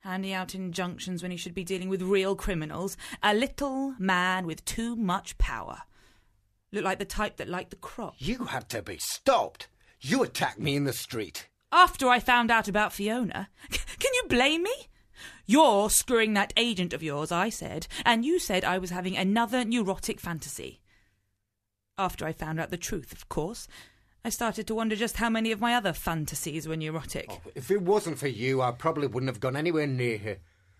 Speaker 3: handing out injunctions when he should be dealing with real criminals. A little man with too much power. Looked like the type that liked the crop.
Speaker 2: You had to be stopped. You attacked me in the street.
Speaker 3: After I found out about Fiona, can you blame me? You're screwing that agent of yours, I said, and you said I was having another neurotic fantasy. After I found out the truth, of course, I started to wonder just how many of my other fantasies were neurotic.
Speaker 2: Oh, if it wasn't for you, I probably wouldn't have gone anywhere near her.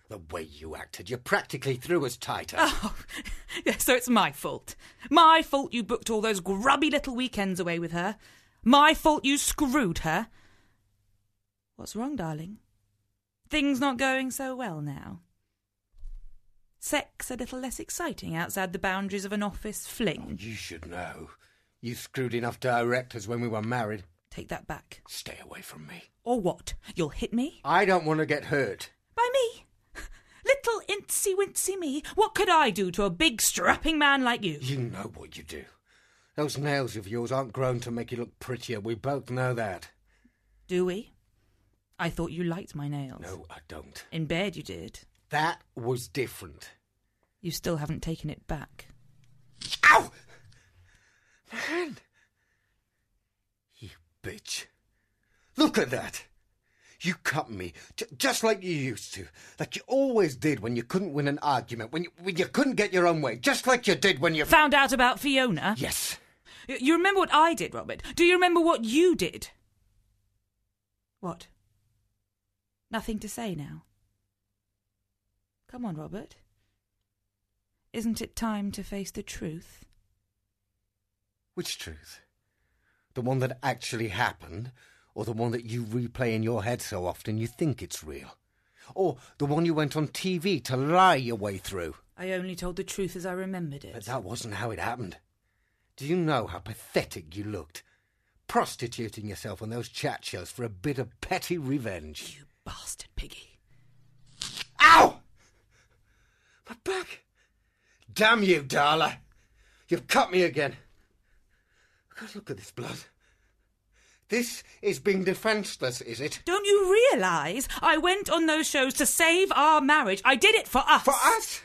Speaker 2: The way you acted, you practically threw us tighter.
Speaker 3: Oh, yeah, so it's my fault. My fault you booked all those grubby little weekends away with her. My fault you screwed her. What's wrong, darling? Things not going so well now. Sex a little less exciting outside the boundaries of an office fling.
Speaker 2: Oh, You should know. You screwed enough directors when we were married.
Speaker 3: Take that back.
Speaker 2: Stay away from me.
Speaker 3: Or what? You'll hit me?
Speaker 2: I don't want to get hurt.
Speaker 3: By me? Little incy wincy me. What could I do to a big strapping man like you?
Speaker 2: You know what you do. Those nails of yours aren't grown to make you look prettier. We both know that.
Speaker 3: Do we? I thought you liked my nails.
Speaker 2: No, I don't.
Speaker 3: In bed you did.
Speaker 2: That was different.
Speaker 3: You still haven't taken it back.
Speaker 2: Ow! My hand! You bitch. Look at that! You cut me, j- just like you used to. Like you always did when you couldn't win an argument, when you, when you couldn't get your own way, just like you did when you.
Speaker 3: Found out about Fiona?
Speaker 2: yes.
Speaker 3: Y- You remember what I did, Robert? Do you remember what you did? What? Nothing to say now. Come on, Robert. Isn't it time to face the truth?
Speaker 2: Which truth? The one that actually happened, or the one that you replay in your head so often you think it's real? Or the one you went on TV to lie your way through?
Speaker 3: I only told the truth as I remembered it.
Speaker 2: But that wasn't how it happened. Do you know how pathetic you looked? Prostituting yourself on those chat shows for a bit of petty revenge.
Speaker 3: You bastard piggy.
Speaker 2: Ow! My back! Damn you, Darla! You've cut me again. God, look at this blood. This is being defenceless, is it?
Speaker 3: Don't you realise I went on those shows to save our marriage? I did it for us.
Speaker 2: For us?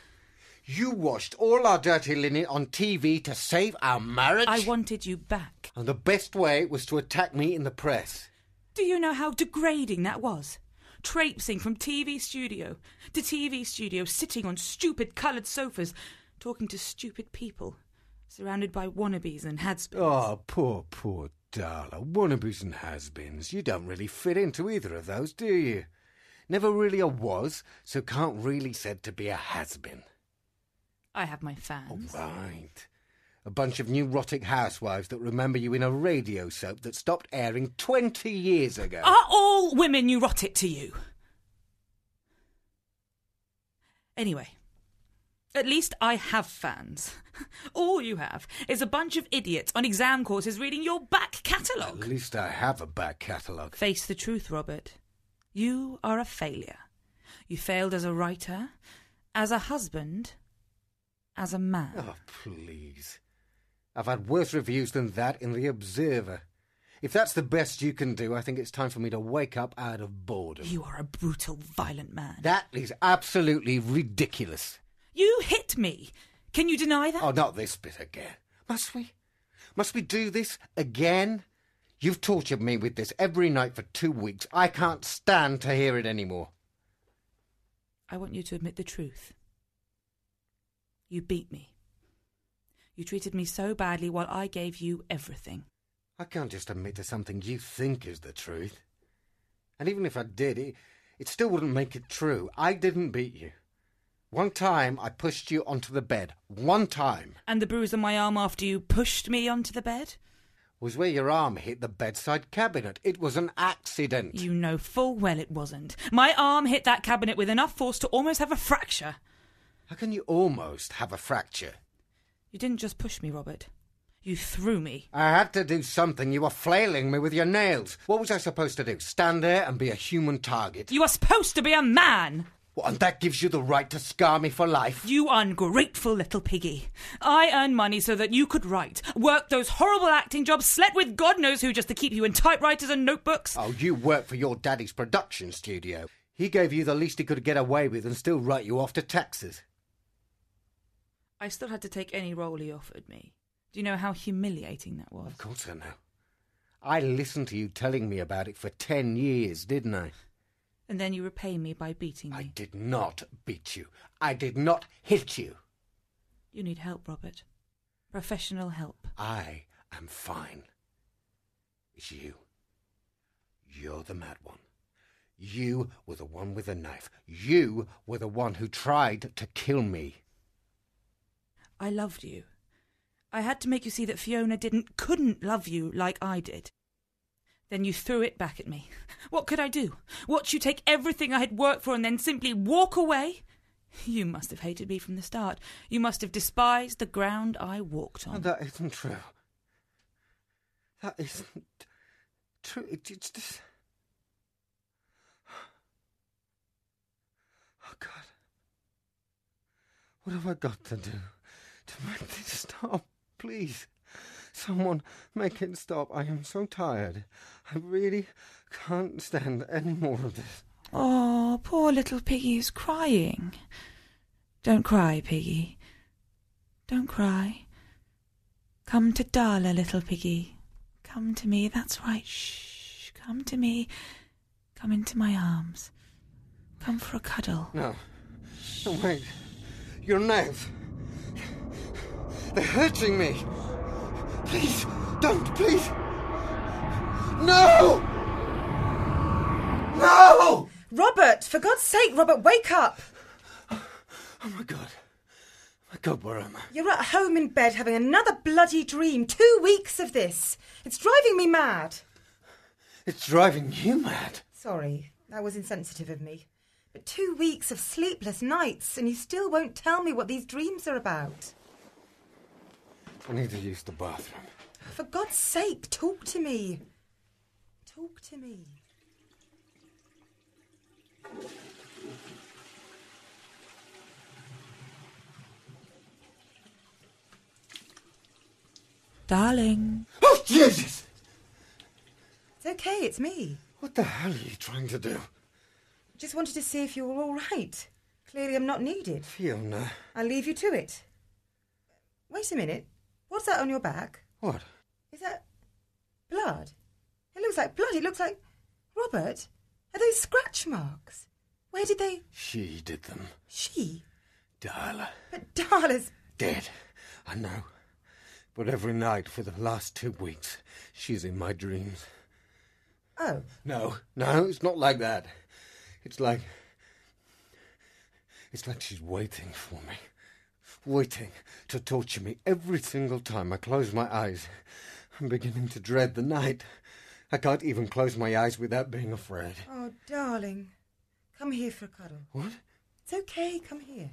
Speaker 2: You washed all our dirty linen on TV to save our marriage?
Speaker 3: I wanted you back.
Speaker 2: And the best way was to attack me in the press.
Speaker 3: Do you know how degrading that was? Traipsing from TV studio to TV studio, sitting on stupid coloured sofas, talking to stupid people, surrounded by wannabes and hadspins.
Speaker 2: Oh, poor, poor Darla. Wannabes and has-beens. You don't really fit into either of those, do you? Never really a was, so can't really said to be a has-been.
Speaker 3: I have my
Speaker 2: All
Speaker 3: fans.
Speaker 2: right. A bunch of neurotic housewives that remember you in a radio soap that stopped airing 20 years ago.
Speaker 3: Are all women neurotic to you? Anyway, at least I have fans. All you have is a bunch of idiots on exam courses reading your back
Speaker 2: At
Speaker 3: catalogue.
Speaker 2: least I have a back catalogue.
Speaker 3: Face the truth, Robert. You are a failure. You failed as a writer, as a husband, as a man.
Speaker 2: Oh, please. I've had worse reviews than that in The Observer. If that's the best you can do, I think it's time for me to wake up out of boredom.
Speaker 3: You are a brutal, violent man.
Speaker 2: That is absolutely ridiculous.
Speaker 3: You hit me. Can you deny that?
Speaker 2: Oh, not this bit again. Must we? Must we do this again? You've tortured me with this every night for two weeks. I can't stand to hear it anymore.
Speaker 3: I want you to admit the truth. You beat me. You treated me so badly while I gave you everything.
Speaker 2: I can't just admit to something you think is the truth. And even if I did, it, it still wouldn't make it true. I didn't beat you. One time I pushed you onto the bed. One time
Speaker 3: And the bruise on my arm after you pushed me onto the bed?
Speaker 2: was where your arm hit the bedside cabinet. It was an accident.
Speaker 3: You know full well it wasn't. My arm hit that cabinet with enough force to almost have a fracture.
Speaker 2: How can you almost have a fracture?
Speaker 3: You didn't just push me, Robert. You threw me.
Speaker 2: I had to do something. You were flailing me with your nails. What was I supposed to do? Stand there and be a human target?
Speaker 3: You are supposed to be a man!
Speaker 2: What, and that gives you the right to scar me for life?
Speaker 3: You ungrateful little piggy. I earned money so that you could write, work those horrible acting jobs, slept with God knows who just to keep you in typewriters and notebooks.
Speaker 2: Oh, you work for your daddy's production studio. He gave you the least he could get away with and still write you off to taxes.
Speaker 3: I still had to take any role he offered me. Do you know how humiliating that was?
Speaker 2: Of course I know. I listened to you telling me about it for ten years, didn't I?
Speaker 3: And then you repay me by beating me.
Speaker 2: I did not beat you. I did not hit you.
Speaker 3: You need help, Robert. Professional help.
Speaker 2: I am fine. It's you. You're the mad one. You were the one with the knife. You were the one who tried to kill me.
Speaker 3: I loved you. I had to make you see that Fiona didn't couldn't love you like I did. Then you threw it back at me. What could I do? Watch you take everything I had worked for and then simply walk away? You must have hated me from the start. You must have despised the ground I walked
Speaker 2: No,
Speaker 3: on.
Speaker 2: that isn't true. That isn't true. It, it's just. Oh, God. What have I got to do to make this stop? Please. Someone make it stop. I am so tired. I really can't stand any more of this.
Speaker 3: Oh, poor little piggy is crying. Don't cry, piggy. Don't cry. Come to Darla, little piggy. Come to me, that's right. Shh. Come to me. Come into my arms. Come for a cuddle.
Speaker 2: No. No, wait. Your nails. They're hurting me. Please, don't, please. No! No!
Speaker 4: Robert, for God's sake, Robert, wake up!
Speaker 2: Oh my god. My god, where am I?
Speaker 4: You're at home in bed having another bloody dream. Two weeks of this. It's driving me mad.
Speaker 2: It's driving you mad.
Speaker 4: Sorry, that was insensitive of me. But two weeks of sleepless nights, and you still won't tell me what these dreams are about.
Speaker 2: I need to use the bathroom.
Speaker 4: For God's sake, talk to me. Talk to me.
Speaker 3: Darling.
Speaker 2: Oh, Jesus!
Speaker 4: It's okay, it's me.
Speaker 2: What the hell are you trying to do?
Speaker 4: Just wanted to see if you were all right. Clearly, I'm not needed.
Speaker 2: Fiona.
Speaker 4: I'll leave you to it. Wait a minute. What's that on your back?
Speaker 2: What?
Speaker 4: Is that blood? It looks like blood. It looks like. Robert, are those scratch marks? Where did they.
Speaker 2: She did them.
Speaker 4: She?
Speaker 2: Darla.
Speaker 4: But Darla's.
Speaker 2: Dead. I know. But every night for the last two weeks, she's in my dreams.
Speaker 4: Oh,
Speaker 2: No, no, it's not like that. It's like. It's like she's waiting for me. Waiting to torture me every single time I close my eyes. I'm beginning to dread the night. I can't even close my eyes without being afraid.
Speaker 4: oh, darling. Come here for a cuddle.
Speaker 2: What?
Speaker 4: It's okay, come here.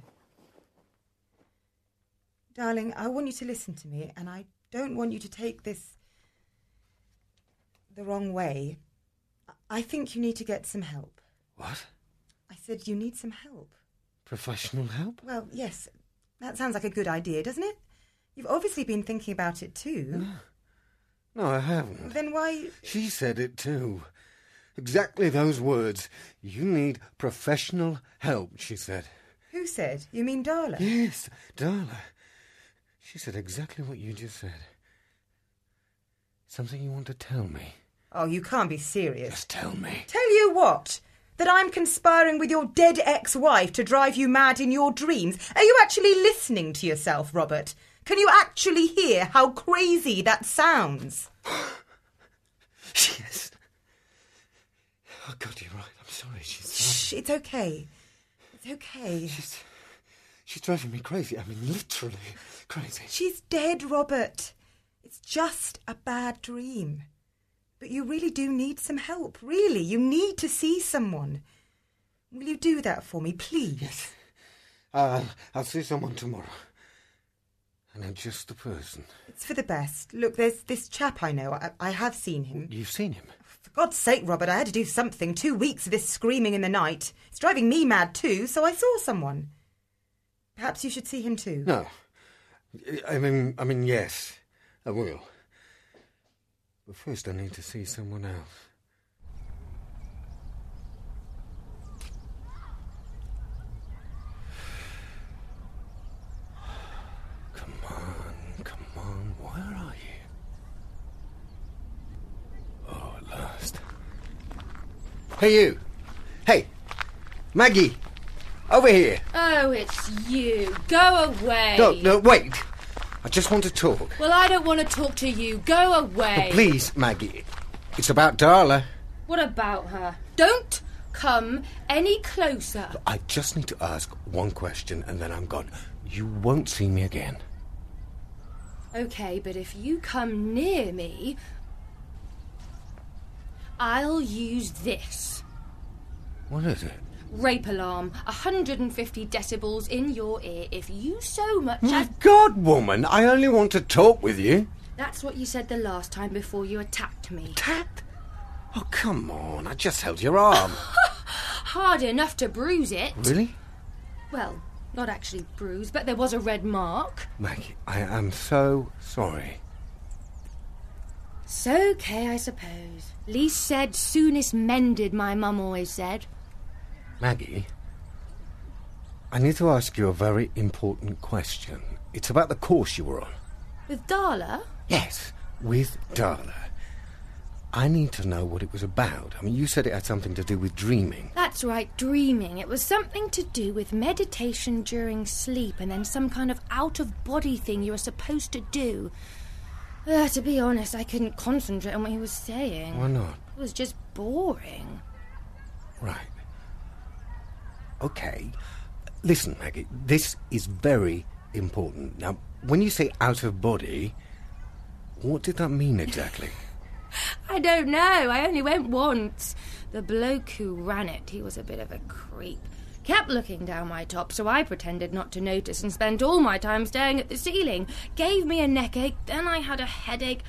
Speaker 4: Darling, I want you to listen to me, and I don't want you to take this the wrong way. I- I think you need to get some help.
Speaker 2: What?
Speaker 4: I said, You need some help.
Speaker 2: Professional help?
Speaker 4: Well, yes, that sounds like a good idea, doesn't it? You've obviously been thinking about it too.
Speaker 2: No, I haven't.
Speaker 4: then why.
Speaker 2: She said it too. Exactly those words. You need professional help, she said.
Speaker 4: Who said? You mean Darla?
Speaker 2: Yes, Darla. She said exactly what you just said. Something you want to tell me.
Speaker 4: Oh, you can't be serious.
Speaker 2: Just tell me.
Speaker 4: Tell you what? That I'm conspiring with your dead ex wife to drive you mad in your dreams. Are you actually listening to yourself, Robert? Can you actually hear how crazy that sounds?
Speaker 2: Yes. Oh, God, you're right. I'm sorry. She's,
Speaker 4: Shh, it's okay. It's okay.
Speaker 2: she's, she's driving me crazy. I mean, literally crazy.
Speaker 4: She's dead, Robert. It's just a bad dream. But you really do need some help. Really, you need to see someone. Will you do that for me, please?
Speaker 2: Yes. I'll, Uh, I'll see someone tomorrow. And I'm just the person.
Speaker 4: It's for the best. Look, there's this chap I know. I, I have seen him.
Speaker 2: You've seen him?
Speaker 4: For God's sake, Robert, I had to do something. Two weeks of this screaming in the night. It's driving me mad too, so I saw someone. Perhaps you should see him too.
Speaker 2: No. I mean, I mean, yes, I will. But first, I need to see someone else. Come on, come on, where are you? Oh, at last. Hey, you! Hey! Maggie! Over here!
Speaker 5: Oh, it's you. Go away.
Speaker 2: No, no, wait. I just want to talk.
Speaker 5: Well, I don't want to talk to you. Go away.
Speaker 2: Please, Maggie. It's about Darla.
Speaker 5: What about her? Don't come any closer.
Speaker 2: I just need to ask one question and then I'm gone. You won't see me again.
Speaker 5: Okay, but if you come near me, I'll use this.
Speaker 2: What is it?
Speaker 5: Rape alarm, 150 decibels in your ear if you so much as.
Speaker 2: My God, woman, I only want to talk with you.
Speaker 5: That's what you said the last time before you attacked me.
Speaker 2: Tap? Oh, come on. I just held your arm.
Speaker 5: Hard enough to bruise it.
Speaker 2: really?
Speaker 5: Well, not actually bruise, but there was a red mark.
Speaker 2: Maggie, I am so sorry.
Speaker 5: So okay, I suppose. Lee said, soonest mended, my mum always said.
Speaker 2: Maggie, I need to ask you a very important question. It's about the course you were on.
Speaker 5: With Darla?
Speaker 2: Yes, with Darla. I need to know what it was about. I mean, you said it had something to do with dreaming.
Speaker 5: That's right, dreaming. It was something to do with meditation during sleep and then some kind of out of body thing you were supposed to do. Uh, to be honest, I couldn't concentrate on what he was saying.
Speaker 2: Why not?
Speaker 5: It was just boring.
Speaker 2: Right. Okay. Listen, Maggie, this is very important. Now, when you say out of body, what did that mean exactly?
Speaker 5: I don't know, I only went once. The bloke who ran it, he was a bit of a creep. Kept looking down my top, so I pretended not to notice and spent all my time staring at the ceiling. Gave me a neck ache, then I had a headache.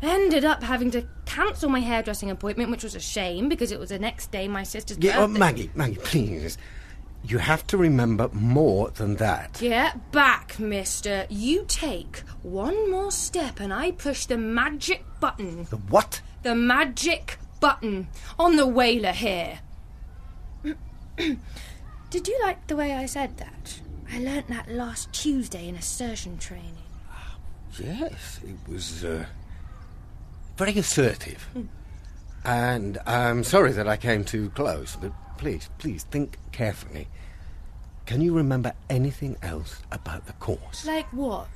Speaker 5: Ended up having to cancel my hairdressing appointment, which was a shame because it was the next day my sister's
Speaker 2: yeah, oh,
Speaker 5: birthday.
Speaker 2: Maggie, Maggie, please. You have to remember more than that.
Speaker 5: Get back, mister. You take one more step and I push the magic button.
Speaker 2: The what?
Speaker 5: The magic button on the whaler here. Did you like the way I said that? I learnt that last Tuesday in assertion training.
Speaker 2: Yes, it was uh, very assertive. And I'm sorry that I came too close, but please, please think carefully. Can you remember anything else about the course?
Speaker 5: Like what?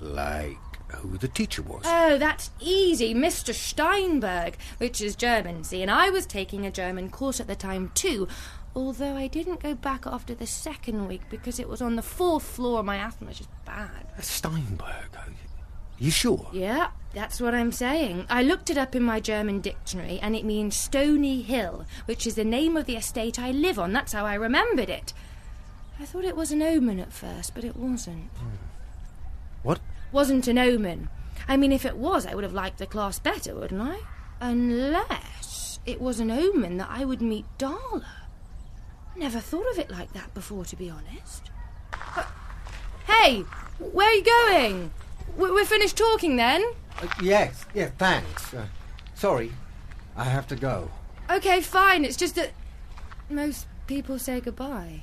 Speaker 2: Like who the teacher was?
Speaker 6: Uh-
Speaker 5: Oh, that's easy, Mr. Steinberg, which is German, see, and I was taking a German course at the time too, although I didn't go back after the second week because it was on the fourth floor and my asthma is just bad.
Speaker 2: Steinberg. oh, You sure?
Speaker 5: Yeah, that's what I'm saying. I looked it up in my German dictionary and it means Stony Hill, which is the name of the estate I live on. That's how I remembered it. I thought it was an omen at first, but it wasn't.
Speaker 2: What?
Speaker 5: Wasn't an omen. I mean, if it was, I would have liked the class better, wouldn't I? Unless it was an omen that I would meet Darla. Never thought of it like that before, to be honest. Uh, Hey, where are you going? We- We're finished talking then.
Speaker 2: Uh, yes, yes, thanks. Uh, sorry, I have to go.
Speaker 5: Okay, fine. It's just that most people say goodbye.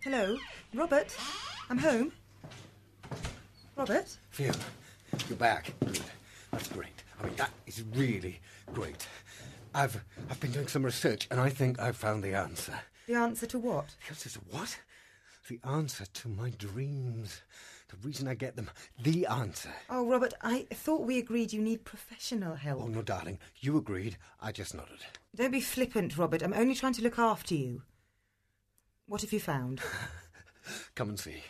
Speaker 4: Hello, Robert. I'm home. Robert?
Speaker 2: Phew, you're back. Good. That's great. I mean, that is really great. I've I've been doing some research, and I think I've found the answer.
Speaker 4: The answer to what?
Speaker 2: This is what? The answer to my dreams. The reason I get them. The answer.
Speaker 4: Oh, Robert, I thought we agreed you need professional help.
Speaker 2: Oh no, darling, you agreed. I just nodded.
Speaker 4: Don't be flippant, Robert. I'm only trying to look after you. What have you found?
Speaker 2: Come and see.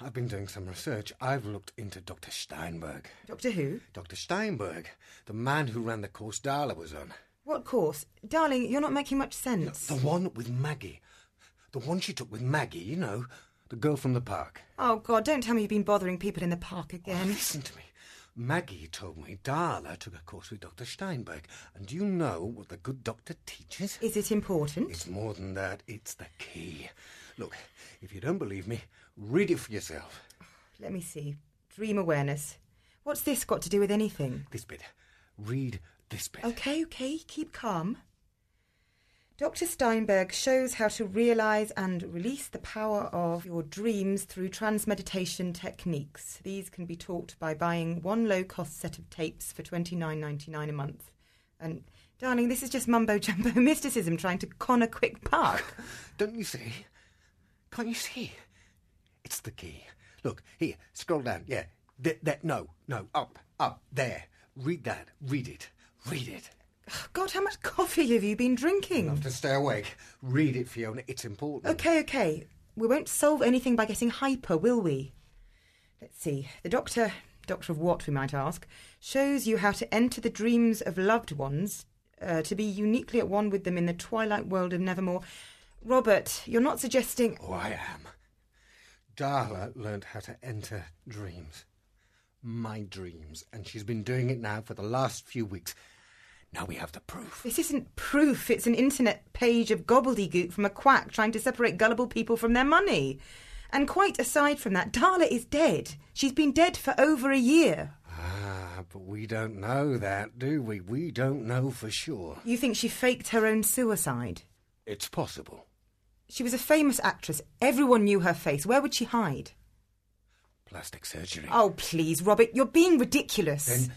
Speaker 2: I've been doing some research. I've looked into Dr. Steinberg.
Speaker 4: Doctor Who?
Speaker 2: Dr. Steinberg, the man who ran the course Darla was on.
Speaker 4: What course? Darling, you're not making much sense.
Speaker 2: The one with Maggie. The one she took with Maggie, you know, the girl from the park.
Speaker 4: Oh, God, don't tell me you've been bothering people in the park
Speaker 2: And
Speaker 4: again.
Speaker 2: listen to me. Maggie told me Darla took a course with Dr. Steinberg. And do you know what the good doctor teaches?
Speaker 4: Is it important?
Speaker 2: It's more than that, it's the key. Look, if you don't believe me, read it for yourself.
Speaker 4: Let me see. Dream awareness. What's this got to do with anything?
Speaker 2: This bit. Read this bit.
Speaker 4: Okay, okay, keep calm. Dr. Steinberg shows how to realize and release the power of your dreams through transmeditation techniques. These can be taught by buying one low cost set of tapes for twenty nine ninety nine a month. And, darling, this is just mumbo jumbo mysticism trying to con a quick buck.
Speaker 2: Don't you see? Can't you see? It's the key. Look, here, scroll down. Yeah. Th- that, no, no, up, up, there. Read that. Read it. Read it.
Speaker 4: God, how much coffee have you been drinking?
Speaker 2: Enough to stay awake. Read it, Fiona. It's important.
Speaker 4: Okay, okay. We won't solve anything by getting hyper, will we? Let's see. The doctor, doctor of what, we might ask, shows you how to enter the dreams of loved ones, uh, to be uniquely at one with them in the twilight world of Nevermore. Robert, you're not suggesting.
Speaker 2: Oh, I am. Darla learned how to enter dreams. My dreams. And she's been doing it now for the last few weeks. Now we have the proof.
Speaker 4: This isn't proof, it's an internet page of gobbledygook from a quack trying to separate gullible people from their money. And quite aside from that, Darla is dead. She's been dead for over a year.
Speaker 2: Ah, but we don't know that, do we? We don't know for sure.
Speaker 4: You think she faked her own suicide?
Speaker 2: It's possible.
Speaker 4: She was a famous actress. Everyone knew her face. Where would she hide?
Speaker 2: Plastic surgery.
Speaker 4: Oh, please, Robert, you're being ridiculous.
Speaker 2: Then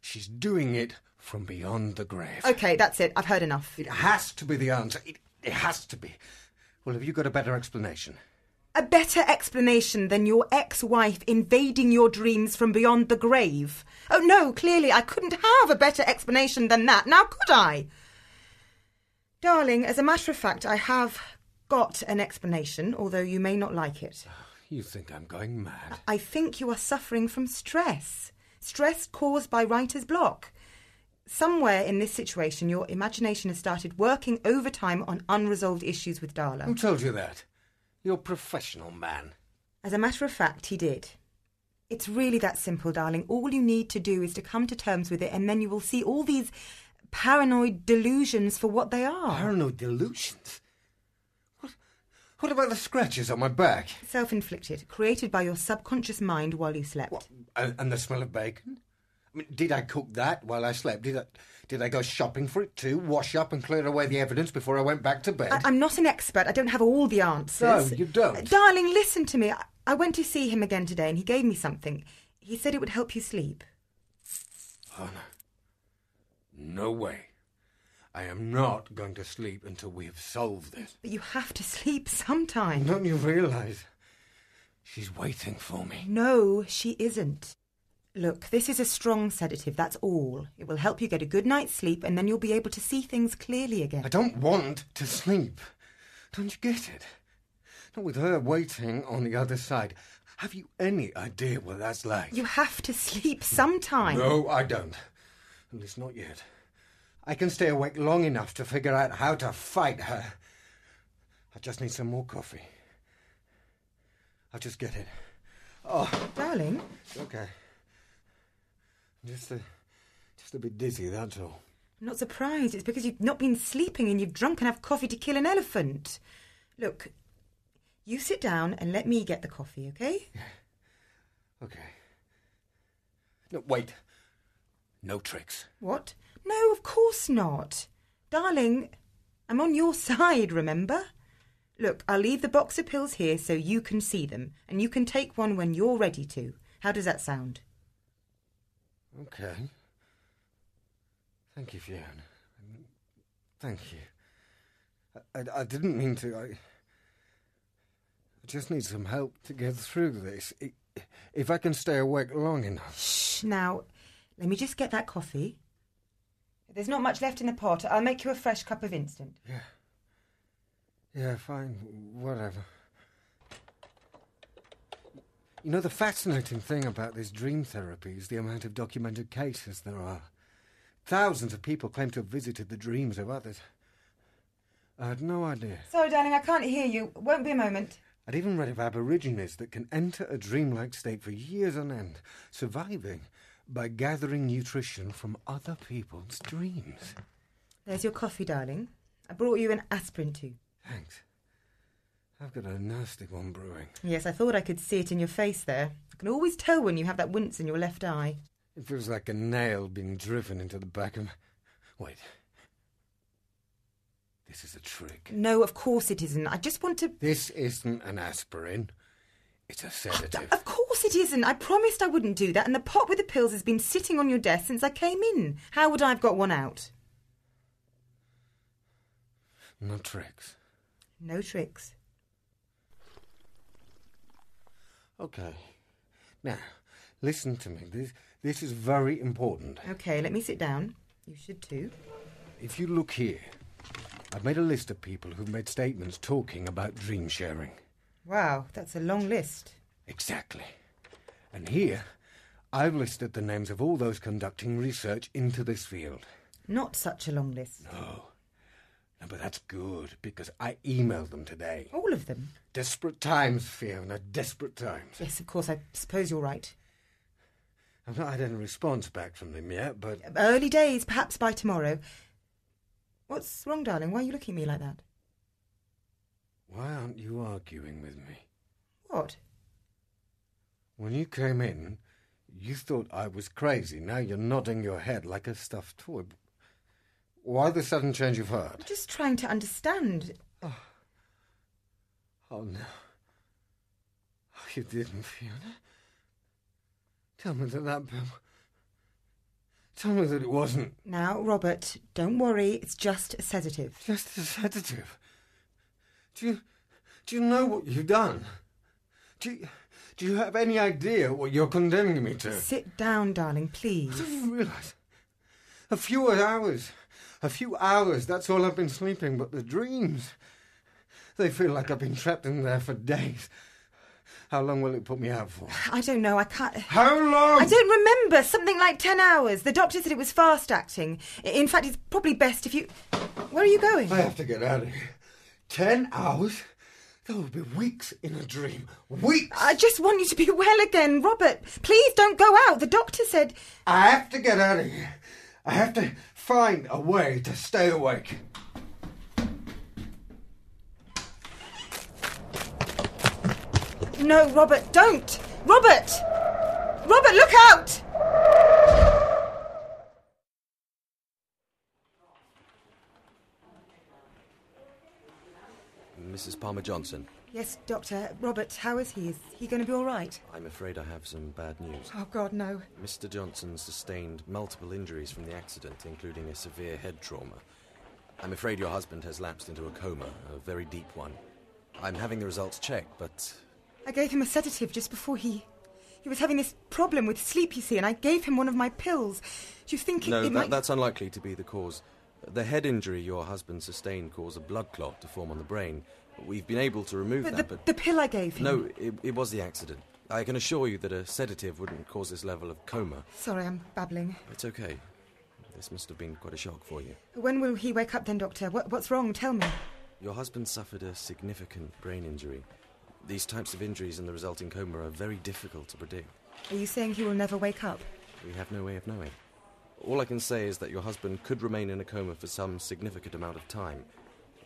Speaker 2: she's doing it from beyond the grave.
Speaker 4: okay, that's it. I've heard enough.
Speaker 2: It has to be the answer. It, it has to be. Well, have you got a better explanation?
Speaker 4: A better explanation than your ex wife invading your dreams from beyond the grave. Oh, no, clearly I couldn't have a better explanation than that. Now, could I? Darling, as a matter of fact, I have got an explanation, although you may not like it.
Speaker 2: You think I'm going mad?
Speaker 4: I think you are suffering from stress. Stress caused by writer's block. Somewhere in this situation, your imagination has started working overtime on unresolved issues with
Speaker 2: Who
Speaker 4: Darla.
Speaker 2: told you that? You're a professional man.
Speaker 4: As a matter of fact, he did. It's really that simple, darling. All you need to do is to come to terms with it, and then you will see all these paranoid delusions for what they are.
Speaker 2: Paranoid delusions. What? What about the scratches on my back?
Speaker 4: Self inflicted, created by your subconscious mind while you slept.
Speaker 2: What? And, and the smell of bacon? I mean, did I cook that while I slept? Did I, did I go shopping for it too? Wash up and clear away the evidence before I went back to bed?
Speaker 4: I, I'm not an expert. I don't have all the answers.
Speaker 2: No, you don't.
Speaker 4: Darling, listen to me. I, I went to see him again today and he gave me something. He said it would help you sleep.
Speaker 2: Oh, no. No way. I am not going to sleep until we have solved this.
Speaker 4: But you have to sleep sometime.
Speaker 2: Don't you realize? She's waiting for me.
Speaker 4: No, she isn't. Look, this is a strong sedative, that's all. It will help you get a good night's sleep and then you'll be able to see things clearly again.
Speaker 2: I don't want to sleep. Don't you get it? Not with her waiting on the other side. Have you any idea what that's like?
Speaker 4: You have to sleep sometime.
Speaker 2: No, I don't. At least not yet. I can stay awake long enough to figure out how to fight her. I just need some more coffee. I'll just get it. Oh,
Speaker 4: Darling,
Speaker 2: it's okay. I'm just a, just a bit dizzy, that's all.
Speaker 4: I'm not surprised. It's because you've not been sleeping and you've drunk enough coffee to kill an elephant. Look, you sit down and let me get the coffee, okay?
Speaker 2: Okay. No, wait. No tricks.
Speaker 4: What? No, of course not. Darling, I'm on your side, remember? Look, I'll leave the box of pills here so you can see them, and you can take one when you're ready to. How does that sound?
Speaker 2: Okay. Thank you, Fiona. Um, Thank you. I, I, I didn't mean to. I, I just need some help to get through this. I, if I can stay awake long enough.
Speaker 4: Shh, now, let me just get that coffee. There's not much left in the pot. I'll make you a fresh cup of instant.
Speaker 2: Yeah. Yeah, fine. Whatever. You know, the fascinating thing about this dream therapy is the amount of documented cases there are. Thousands of people claim to have visited the dreams of others. I had no idea.
Speaker 4: Sorry, darling, I can't hear you. Won't be a moment.
Speaker 2: I'd even read of Aborigines that can enter a dreamlike state for years on end, surviving by gathering nutrition from other people's dreams.
Speaker 4: There's your coffee, darling. I brought you an aspirin too.
Speaker 2: Thanks. I've got a nasty one brewing.
Speaker 4: Yes, I thought I could see it in your face there. I can always tell when you have that wince in your left eye.
Speaker 2: It feels like a nail being driven into the back of. my- Wait. This is a trick.
Speaker 4: No, of course it isn't. I just want to.
Speaker 2: This isn't an aspirin. It's a sedative.
Speaker 4: Of course it isn't. I promised I wouldn't do that, and the pot with the pills has been sitting on your desk since I came in. How would I have got one out?
Speaker 2: no tricks.
Speaker 4: No tricks.
Speaker 2: Okay. Now, listen to me. This this is very important.
Speaker 4: Okay, let me sit down. You should too.
Speaker 2: If you look here, I've made a list of people who've made statements talking about dream sharing.
Speaker 4: Wow, that's a long list.
Speaker 2: Exactly. And here, I've listed the names of all those conducting research into this field.
Speaker 4: Not such a long list.
Speaker 2: No, but that's good because I emailed them today.
Speaker 4: All of them.
Speaker 2: Desperate times, Fiona, desperate times.
Speaker 4: Yes, of course, I suppose you're right.
Speaker 2: I've not had any response back from them yet, but
Speaker 4: Early days, perhaps by tomorrow. What's wrong, darling? Why are you looking at me like that?
Speaker 2: why aren't you arguing with me?
Speaker 4: What?
Speaker 2: When you came in, you thought I was crazy. Now you're nodding your head like a stuffed toy. Why the sudden change of
Speaker 4: I'm
Speaker 2: heart?
Speaker 4: just trying to understand.
Speaker 2: Oh, no. Oh, you didn't, Fiona. Tell me that that... Tell me that it wasn't
Speaker 4: Now, Robert, don't worry. It's just a sedative.
Speaker 2: just a sedative. Do you... Do you know what you've done? Do you, do you have any idea what you're condemning me to?
Speaker 4: Sit down, darling, please.
Speaker 2: Do you realise? A few hours. A few hours, that's all I've been sleeping, but the dreams. They feel like I've been trapped in there for days. How long will it put me out for?
Speaker 4: I don't know. I can't.
Speaker 2: How long?
Speaker 4: I don't remember. Something like ten hours. The doctor said it was fast acting. I- In fact, it's probably best if you. Where are you going?
Speaker 2: I have to get out of here. Ten hours? There will be weeks in a dream. Weeks!
Speaker 4: I just want you to be well again, Robert. Please don't go out. The doctor said.
Speaker 2: I have to get out of here. I have to find a way to stay awake.
Speaker 4: No, Robert, don't! Robert! Robert, look out!
Speaker 7: Mrs. Palmer Johnson,
Speaker 4: Yes, Doctor. Robert, how is he? Is he going to be all right?
Speaker 7: I'm afraid I have some bad news.
Speaker 4: Oh, God, no.
Speaker 7: Mr. Johnson sustained multiple injuries from the accident, including a severe head trauma. I'm afraid your husband has lapsed into a coma, a very deep one. I'm having the results checked, but
Speaker 4: I gave him a sedative just before he. He was having this problem with sleep, you see, and I gave him one of my pills. Do you think it,
Speaker 7: no,
Speaker 4: it
Speaker 7: that,
Speaker 4: might.
Speaker 7: that's unlikely to be the cause. The head injury your husband sustained caused a blood clot to form on the brain. We've been able to remove
Speaker 4: but the,
Speaker 7: that, but
Speaker 4: the pill I gave him.
Speaker 7: no, it, it was the accident. I can assure you that a sedative wouldn't cause this level of coma.
Speaker 4: Sorry, I'm babbling.
Speaker 7: It's okay. This must have been quite a shock for you.
Speaker 4: When will he wake up then, Doctor? What, what's wrong? Tell me.
Speaker 7: Your husband suffered a significant brain injury. These types of injuries and the resulting coma are very difficult to predict.
Speaker 4: Are you saying he will never wake up?
Speaker 7: We have no way of knowing. All I can say is that your husband could remain in a coma for some significant amount of time.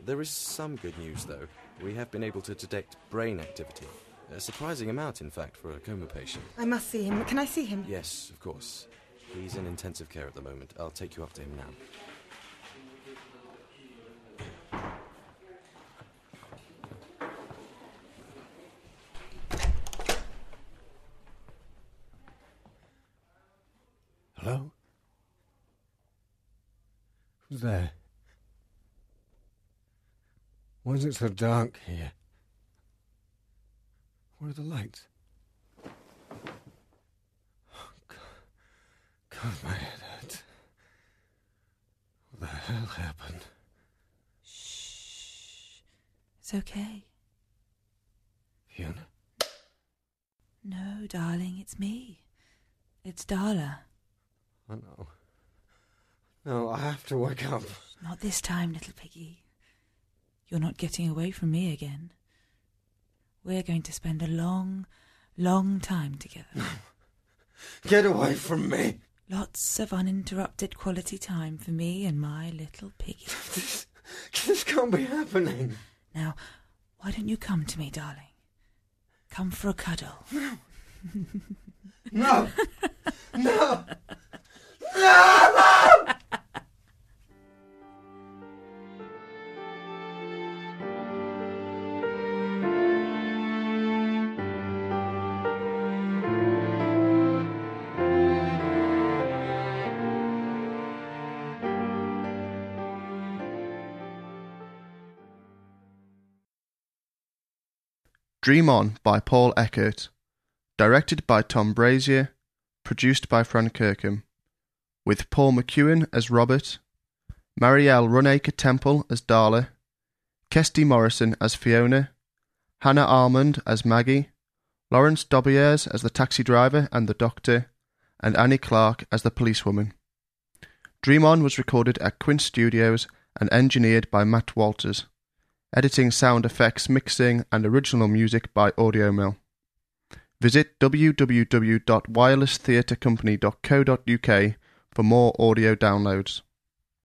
Speaker 7: There is some good news, though. We have been able to detect brain activity. A surprising amount, in fact, for a coma patient.
Speaker 4: I must see him. Can I see him?
Speaker 7: Yes, of course. He's in intensive care at the moment. I'll take you up to him now.
Speaker 2: Hello? Who's there? Why is it so dark here? Where are the lights? Oh, God. God, my head hurts. What the hell happened?
Speaker 3: It's okay.
Speaker 2: Fiona?
Speaker 3: No, darling, it's me. It's Darla.
Speaker 2: I know. Oh, No, I have to wake up.
Speaker 3: Not this time, little piggy. You're not getting away from me again. We're going to spend a long, long time together.
Speaker 2: Get away from me!
Speaker 3: Lots of uninterrupted quality time for me and my little piggy.
Speaker 2: This, this can't be happening.
Speaker 3: Now, why don't you come to me, darling? Come for a cuddle.
Speaker 2: No! no! No!
Speaker 1: Dream On by Paul Eckert. Directed by Tom Brazier. Produced by Fran Kirkham. With Paul McEwen as Robert. Marielle Runacre Temple as Darla. Kesty Morrison as Fiona. Hannah Armand as Maggie. Lawrence Dobiers as the taxi driver and the doctor. And Annie Clark as the policewoman. Dream On was recorded at Quinn Studios and engineered by Matt Walters editing sound effects, mixing, and original music by AudioMill. Visit www.wirelesstheatrecompany.co.uk for more audio downloads.